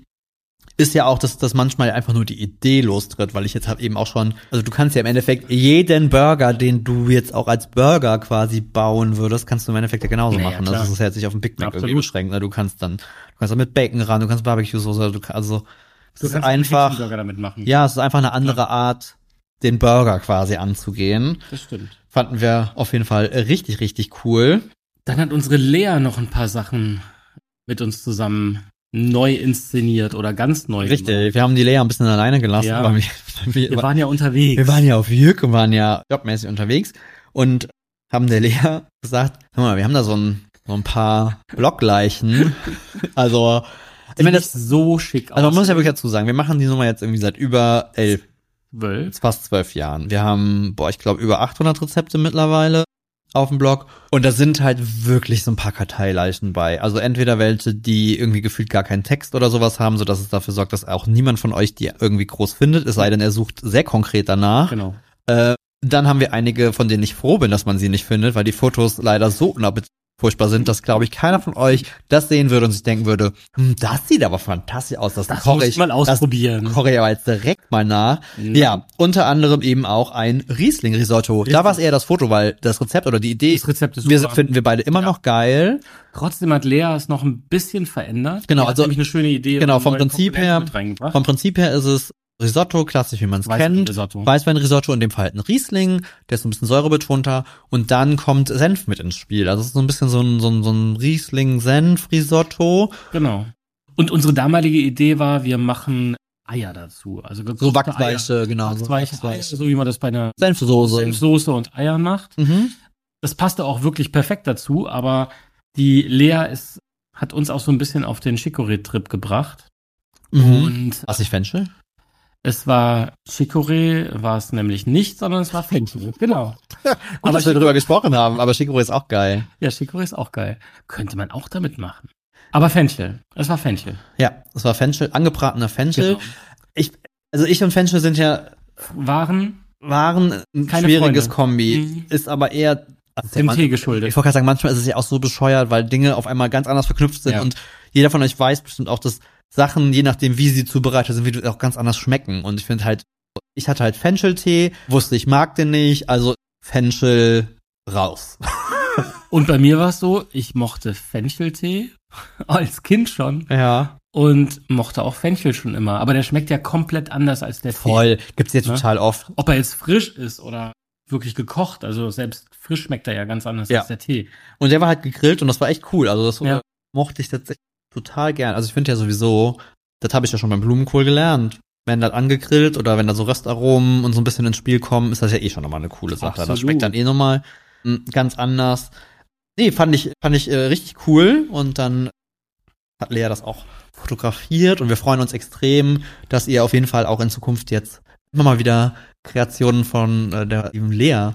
ist ja auch, dass das manchmal einfach nur die Idee lostritt, weil ich jetzt halt eben auch schon, also du kannst ja im Endeffekt jeden Burger, den du jetzt auch als Burger quasi bauen würdest, kannst du im Endeffekt ja genauso
Naja,
machen.
klar.
Also das ist ja jetzt nicht auf den Big Mac
Absolut.
irgendwie beschränkt. Ne? Du kannst dann, du kannst dann mit Bacon ran, du kannst Barbecue-Soße, du kannst, also, es
Du
ist
kannst einen
einfach,
Burger damit machen.
ja, es ist einfach eine andere Art, den Burger quasi anzugehen.
das stimmt.
Fanden wir auf jeden Fall richtig, richtig cool.
Dann hat unsere Lea noch ein paar Sachen mit uns zusammen neu inszeniert oder ganz neu. Gemacht.
Richtig, wir haben die Lea ein bisschen alleine gelassen,
ne? Ja.
weil wir, weil wir,
Wir waren ja unterwegs.
wir waren ja auf Jürg und waren ja jobmäßig unterwegs und haben der Lea gesagt, hör mal, wir haben da so ein, so ein paar Blockleichen. also, ich
Die
meine,
sieht
das,
so schick
also man
aus.
muss ja wirklich dazu sagen, wir machen die Nummer jetzt irgendwie seit über elf,
Zwölf.
jetzt fast zwölf Jahren. Wir haben, boah, ich glaube über 800 Rezepte mittlerweile auf dem Blog und da sind halt wirklich so ein paar Karteileichen bei. Also entweder welche, die irgendwie gefühlt gar keinen Text oder sowas haben, sodass es dafür sorgt, dass auch niemand von euch die irgendwie groß findet, es sei denn, er sucht sehr konkret danach.
Genau.
Äh, dann haben wir einige, von denen ich froh bin, dass man sie nicht findet, weil die Fotos leider so unappet furchtbar sind, dass glaube ich keiner von euch das sehen würde und sich denken würde, hm, das sieht aber fantastisch aus, das,
Das
koche
muss
ich,
ich mal
das
ausprobieren. Mhm.
koche ich aber jetzt direkt mal nach.
Nein.
Ja, unter anderem eben auch ein Riesling Risotto. Da
Richtig.
war es eher das Foto, weil das Rezept oder die Idee
Das Rezept ist
wir
super.
finden wir beide immer noch geil.
Trotzdem hat Lea es noch ein bisschen verändert.
Genau,
Die hat
also-
nämlich eine schöne Idee.
genau,
und
vom
neue
Prinzip
Komponenten
her-
mit reingebracht.
Vom Prinzip her ist es Risotto, klassisch wie man es kennt.
Risotto.
Weißwein-Risotto, in dem Fall halt ein Riesling, der ist so ein bisschen säurebetonter und dann kommt Senf mit ins Spiel. Also es ist so ein bisschen so ein, so ein, so ein Riesling-Senf-Risotto.
Genau. Und unsere damalige Idee war, wir machen Eier dazu. Also
So Wachsweiche, genau. So
Wachsweiche, Eier,
Wachsweiche.
so wie man das bei einer
Senfsoße.
Soße und Eiern macht.
Mhm.
Das passte auch wirklich perfekt dazu, aber die Lea ist, hat uns auch so ein bisschen auf den Chicorée-Trip gebracht.
Mhm.
Und
Was ich Fenchel?
es war Chicorée, war es nämlich nicht, sondern es war Fenchel. Genau.
Gut, dass wir darüber gesprochen haben, aber Chicorée ist auch geil.
Ja, Chicorée ist auch geil. Könnte man auch damit machen. Aber Fenchel. Es war Fenchel. Genau.
Ja, es war Fenchel, angebratener Fenchel. Ich, also ich und Fenchel sind ja,
Waren
waren ein
Keine
schwieriges
Freunde.
Kombi.
Mhm.
Ist aber eher, also
dem
man-
Tee
Ich
geschuldet.
wollte gerade sagen, manchmal ist es ja auch so bescheuert, weil Dinge auf einmal ganz anders verknüpft sind
Ja.
und jeder von euch weiß bestimmt auch, dass Sachen, je nachdem, wie sie zubereitet sind, wie auch ganz anders schmecken. Und ich finde halt, ich hatte halt Fencheltee, wusste ich mag den nicht, also Fenchel raus.
Und bei mir war es so, ich mochte Fencheltee als Kind schon
Ja.
und mochte auch Fenchel schon immer. Aber der schmeckt ja komplett anders als der Tee.
Voll. Gibt's jetzt
Ne?
total oft.
Ob er jetzt frisch ist oder wirklich gekocht, also selbst frisch schmeckt er ja ganz anders
Ja.
als der Tee.
Und der war halt gegrillt und das war echt cool. Also das
Ja.
mochte ich tatsächlich total gern. Also ich finde ja sowieso, das habe ich ja schon beim Blumenkohl gelernt. Wenn das angegrillt oder wenn da so Röstaromen und so ein bisschen ins Spiel kommen, ist das ja eh schon nochmal eine coole Sache. Das
Absolut.
schmeckt dann eh nochmal mm, ganz anders. Nee, fand ich, fand ich äh, richtig cool und dann hat Lea das auch fotografiert und wir freuen uns extrem, dass ihr auf jeden Fall auch in Zukunft jetzt immer mal wieder Kreationen von äh, der lieben Lea
Ja.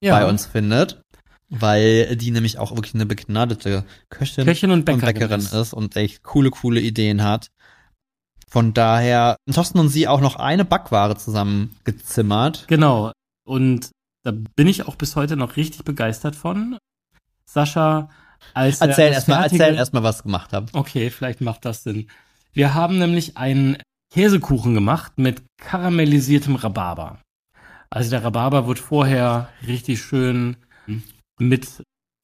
bei uns findet, weil die nämlich auch wirklich eine begnadete Köchin,
Köchin und
und
Bäckerin.
Bäckerin ist. und echt coole, coole Ideen hat. Von daher, Thorsten und sie auch noch eine Backware zusammen gezimmert.
Genau. Und da bin ich auch bis heute noch richtig begeistert von. Sascha, als er
Erzähl
das
erstmal,
fertige-
erzähl erstmal, was gemacht habt.
Okay, vielleicht macht das Sinn. Wir haben nämlich einen Käsekuchen gemacht mit karamellisiertem Rhabarber. Also der Rhabarber wird vorher richtig schön mit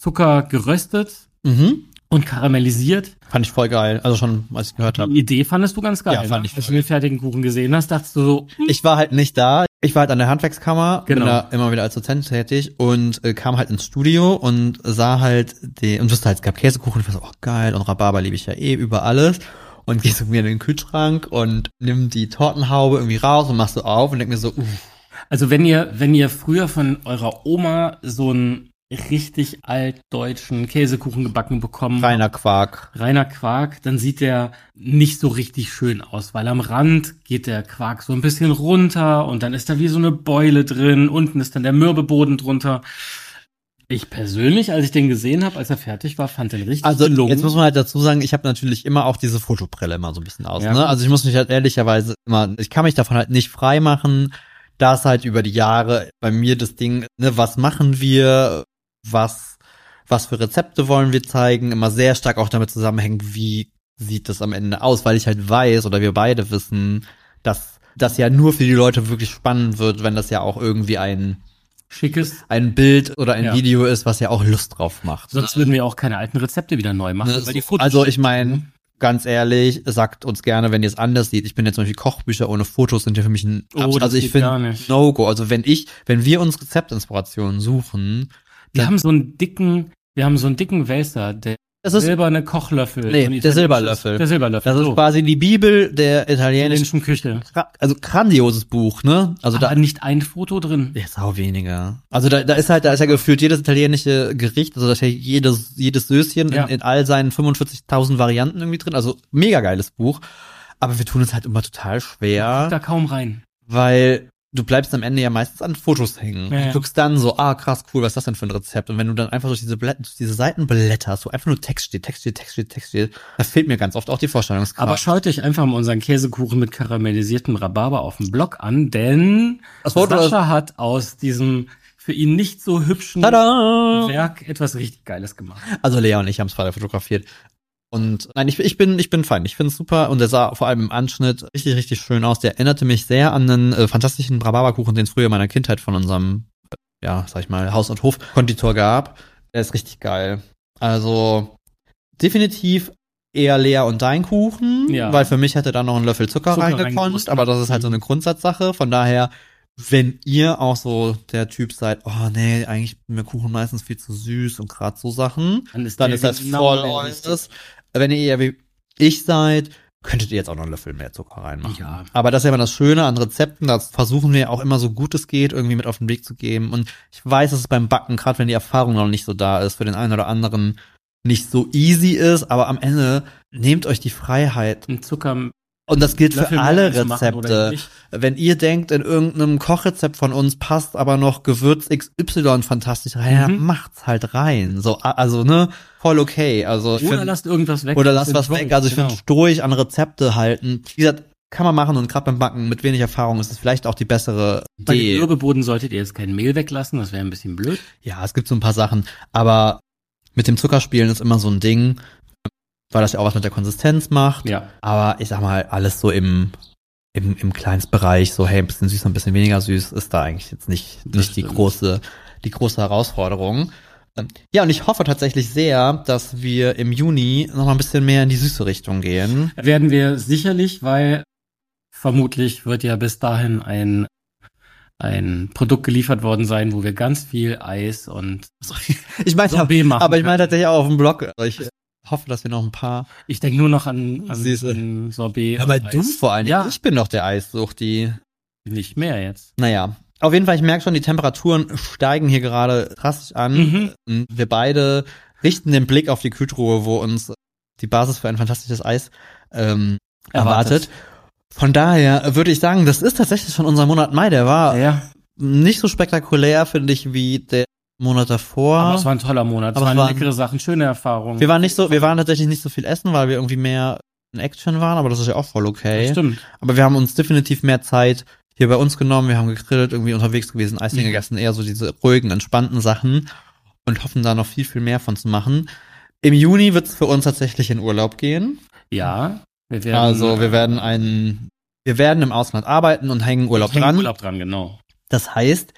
Zucker geröstet
Mhm.
und karamellisiert.
Fand ich voll geil. Also schon, als ich gehört habe.
Die Idee fandest du ganz geil.
Ja, fand
ne?
ich
Als du den fertigen Kuchen gesehen hast, dachtest du so, hm,
Ich war halt nicht da. Ich war halt an der Handwerkskammer,
Genau.
bin da immer wieder als Dozent tätig und äh, kam halt ins Studio und sah halt den, und wusste halt, es gab Käsekuchen, ich war so, oh geil, und Rhabarber liebe ich ja eh über alles. Und gehst mit mir in den Kühlschrank und nimm die Tortenhaube irgendwie raus und machst so auf und denk mir so, uh, uff,
Also wenn ihr, wenn ihr früher von eurer Oma so einen richtig altdeutschen Käsekuchen gebacken bekommen, habt,
reiner Quark.
reiner Quark, dann sieht der nicht so richtig schön aus, weil am Rand geht der Quark so ein bisschen runter und dann ist da wie so eine Beule drin, unten ist dann der Mürbeboden drunter. Ich persönlich, als ich den gesehen habe, als er fertig war, fand den richtig
Also
gelungen.
jetzt muss man halt dazu sagen, ich habe natürlich immer auch diese Fotobrille immer so ein bisschen aus.
Ja.
Ne? Also ich muss mich halt ehrlicherweise immer, ich kann mich davon halt nicht frei machen, dass halt über die Jahre bei mir das Ding, ne, was machen wir, was, was für Rezepte wollen wir zeigen, immer sehr stark auch damit zusammenhängt, wie sieht das am Ende aus, weil ich halt weiß oder wir beide wissen, dass das ja nur für die Leute wirklich spannend wird, wenn das ja auch irgendwie ein,
Schickes,
ein Bild oder ein
Ja.
Video ist, was ja auch Lust drauf macht.
sonst würden wir auch keine alten Rezepte wieder neu machen,
Ne,
weil
so-
die Fotos
also ich meine, ganz ehrlich, sagt uns gerne, wenn ihr es anders seht. Ich bin jetzt zum Beispiel Kochbücher ohne Fotos sind ja für mich ein
Oh,
Abs-
das
also ich
geht gar
finde
nicht.
No Go. Also wenn ich, wenn wir uns Rezeptinspirationen suchen,
wir haben so einen dicken, wir haben so einen dicken Wälzer, der
das ist
silberne Kochlöffel. So
Nee,
ein
der
italienisches-
Silberlöffel.
Der Silberlöffel.
das ist
so.
quasi die Bibel der italienischen,
italienischen Küche.
Gra- also grandioses Buch, ne? Also
Also da
da
nicht ein Foto drin.
ja, sau weniger. Also da, da ist halt, da ist ja gefühlt jedes italienische Gericht, also da ist ja jedes, jedes Söschen
Ja.
in, in all seinen 45.000 Varianten irgendwie drin. Also mega geiles Buch. Aber wir tun es halt immer total schwer.
Da kaum rein.
weil du bleibst am Ende ja meistens an Fotos hängen.
Ja, ja.
Du guckst dann so, ah krass, cool, was ist das denn für ein Rezept? Und wenn du dann einfach durch diese, Blä- durch diese Seiten blätterst, wo einfach nur Text steht, Text steht, Text steht, Text steht, da fehlt mir ganz oft auch die Vorstellungskraft.
Aber schaut euch einfach mal unseren Käsekuchen mit karamellisiertem Rhabarber auf dem Blog an, denn
Das Foto
also Sascha hat aus diesem für ihn nicht so hübschen
Tada!
Werk etwas richtig Geiles gemacht.
Also Lea und ich haben es beide fotografiert. Und nein, ich, ich bin ich bin fein. Ich finde es super und der sah vor allem im Anschnitt richtig richtig schön aus. Der erinnerte mich sehr an einen äh, fantastischen Rhabarberkuchen, den es früher in meiner Kindheit von unserem äh, ja, sag ich mal, Haus und Hof Konditor gab. Der ist richtig geil. Also definitiv eher Lea und dein Kuchen,
Ja.
weil für mich hätte da noch ein Löffel Zucker,
Zucker
reingekonnt,
reingekonnt.
aber das ist halt so eine Grundsatzsache, von daher wenn ihr auch so der Typ seid, oh nee, eigentlich ist mir Kuchen meistens viel zu süß und gerade so Sachen,
Dann ist
dann
der
ist das
genau
voll
der
eures. Wenn ihr eher wie ich seid, könntet ihr jetzt auch noch einen Löffel mehr Zucker reinmachen.
Ja.
Aber das ist ja immer das Schöne an Rezepten, das versuchen wir auch immer so gut es geht, irgendwie mit auf den Weg zu geben. Und ich weiß, dass es beim Backen, gerade wenn die Erfahrung noch nicht so da ist, für den einen oder anderen nicht so easy ist, aber am Ende nehmt euch die Freiheit.
Ein Zucker
Und das gilt für
Löffel
alle
Mayonnaise machen oder
Rezepte.
nicht.
Wenn ihr denkt, in irgendeinem Kochrezept von uns passt aber noch Gewürz XY fantastisch rein, dann
Mhm.
macht's halt rein. So, a- also, ne, voll okay. Also, ich
Oder
find-
lasst irgendwas weg.
oder lass was
Enjoy,
weg. Also, ich
genau.
finde, durch an Rezepte halten. Wie gesagt, kann man machen und gerade beim Backen mit wenig Erfahrung ist es vielleicht auch die bessere
Bei dem
Idee.
Wirbelboden solltet ihr jetzt kein Mehl weglassen, das wäre ein bisschen blöd.
Ja, es gibt so ein paar Sachen, aber mit dem Zuckerspielen ist immer so ein Ding, weil das ja auch was mit der Konsistenz macht.
Ja.
Aber ich sag mal, alles so im, im, im Kleinstbereich, so hey, ein bisschen süß, ein bisschen weniger süß, ist da eigentlich jetzt nicht,
Das
nicht die
stimmt.
große, die große Herausforderung. Ähm, Ja, und ich hoffe tatsächlich sehr, dass wir im Juni noch mal ein bisschen mehr in die süße Richtung gehen.
Werden wir sicherlich, weil vermutlich wird ja bis dahin ein, ein Produkt geliefert worden sein, wo wir ganz viel Eis und
Ich meine,
Sorbet machen.
aber ich meine tatsächlich auch auf dem Blog. Also Ich hoffe, dass wir noch ein paar.
Ich denke nur noch an, an,
Siehste.
an Sorbet.
Aber
und
du
Eis.
vor allen Dingen.
Ja.
Ich bin doch der Eissucht, die.
Nicht mehr jetzt.
Naja. Auf jeden Fall, ich merke schon, die Temperaturen steigen hier gerade drastisch an.
Mhm.
Und Wir beide richten den Blick auf die Kühltruhe, wo uns die Basis für ein fantastisches Eis ähm, erwartet. Von daher würde ich sagen, das ist tatsächlich schon unser Monat Mai. Der war
Ja,
nicht so spektakulär, finde ich, wie der Monat davor.
aber es war ein toller Monat.
Aber
es waren
es waren-
leckere Sachen, schöne Erfahrungen.
wir waren nicht so, wir waren tatsächlich nicht so viel essen, weil wir irgendwie mehr in Action waren, aber das ist ja auch voll okay.
Stimmt.
Aber wir haben uns definitiv mehr Zeit hier bei uns genommen, wir haben gegrillt, irgendwie unterwegs gewesen, Eis
Mhm.
gegessen, eher so diese ruhigen, entspannten Sachen und hoffen da noch viel, viel mehr von zu machen. Im Juni wird's für uns tatsächlich in Urlaub gehen.
Ja. Wir werden,
also wir werden einen, wir werden im Ausland arbeiten und hängen Urlaub
hängen
dran.
Urlaub dran, genau.
Das heißt,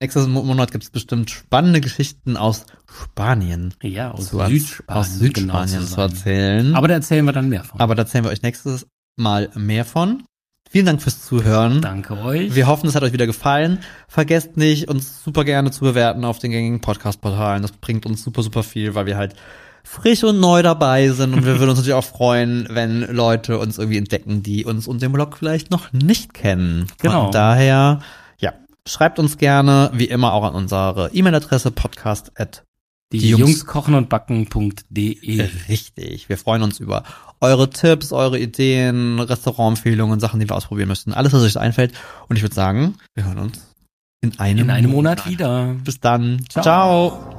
nächsten Mo- Monat gibt's bestimmt spannende Geschichten aus Spanien.
Ja, aus
zu,
Südspanien.
aus Südspanien
genau zu
zu
sein.
erzählen.
Aber da erzählen wir dann mehr von.
Aber da erzählen wir euch nächstes Mal mehr von. Vielen Dank fürs Zuhören.
Danke euch.
Wir hoffen, es hat euch wieder gefallen. Vergesst nicht, uns super gerne zu bewerten auf den gängigen Podcast-Portalen. Das bringt uns super, super viel, weil wir halt frisch und neu dabei sind. Und wir würden uns natürlich auch freuen, wenn Leute uns irgendwie entdecken, die uns und den Blog vielleicht noch nicht kennen.
Genau.
Von daher, ja, schreibt uns gerne, wie immer, auch an unsere E-Mail-Adresse podcast at
die,
die
Jungs, Äh,
Jungs
kochen und backen.de.
Richtig. Wir freuen uns über eure Tipps, eure Ideen, Restaurantempfehlungen, Sachen, die wir ausprobieren müssen. Alles, was euch so einfällt. Und ich würde sagen, wir hören uns in einem,
In einem Monat wieder.
Bis dann.
Ciao.
Ciao.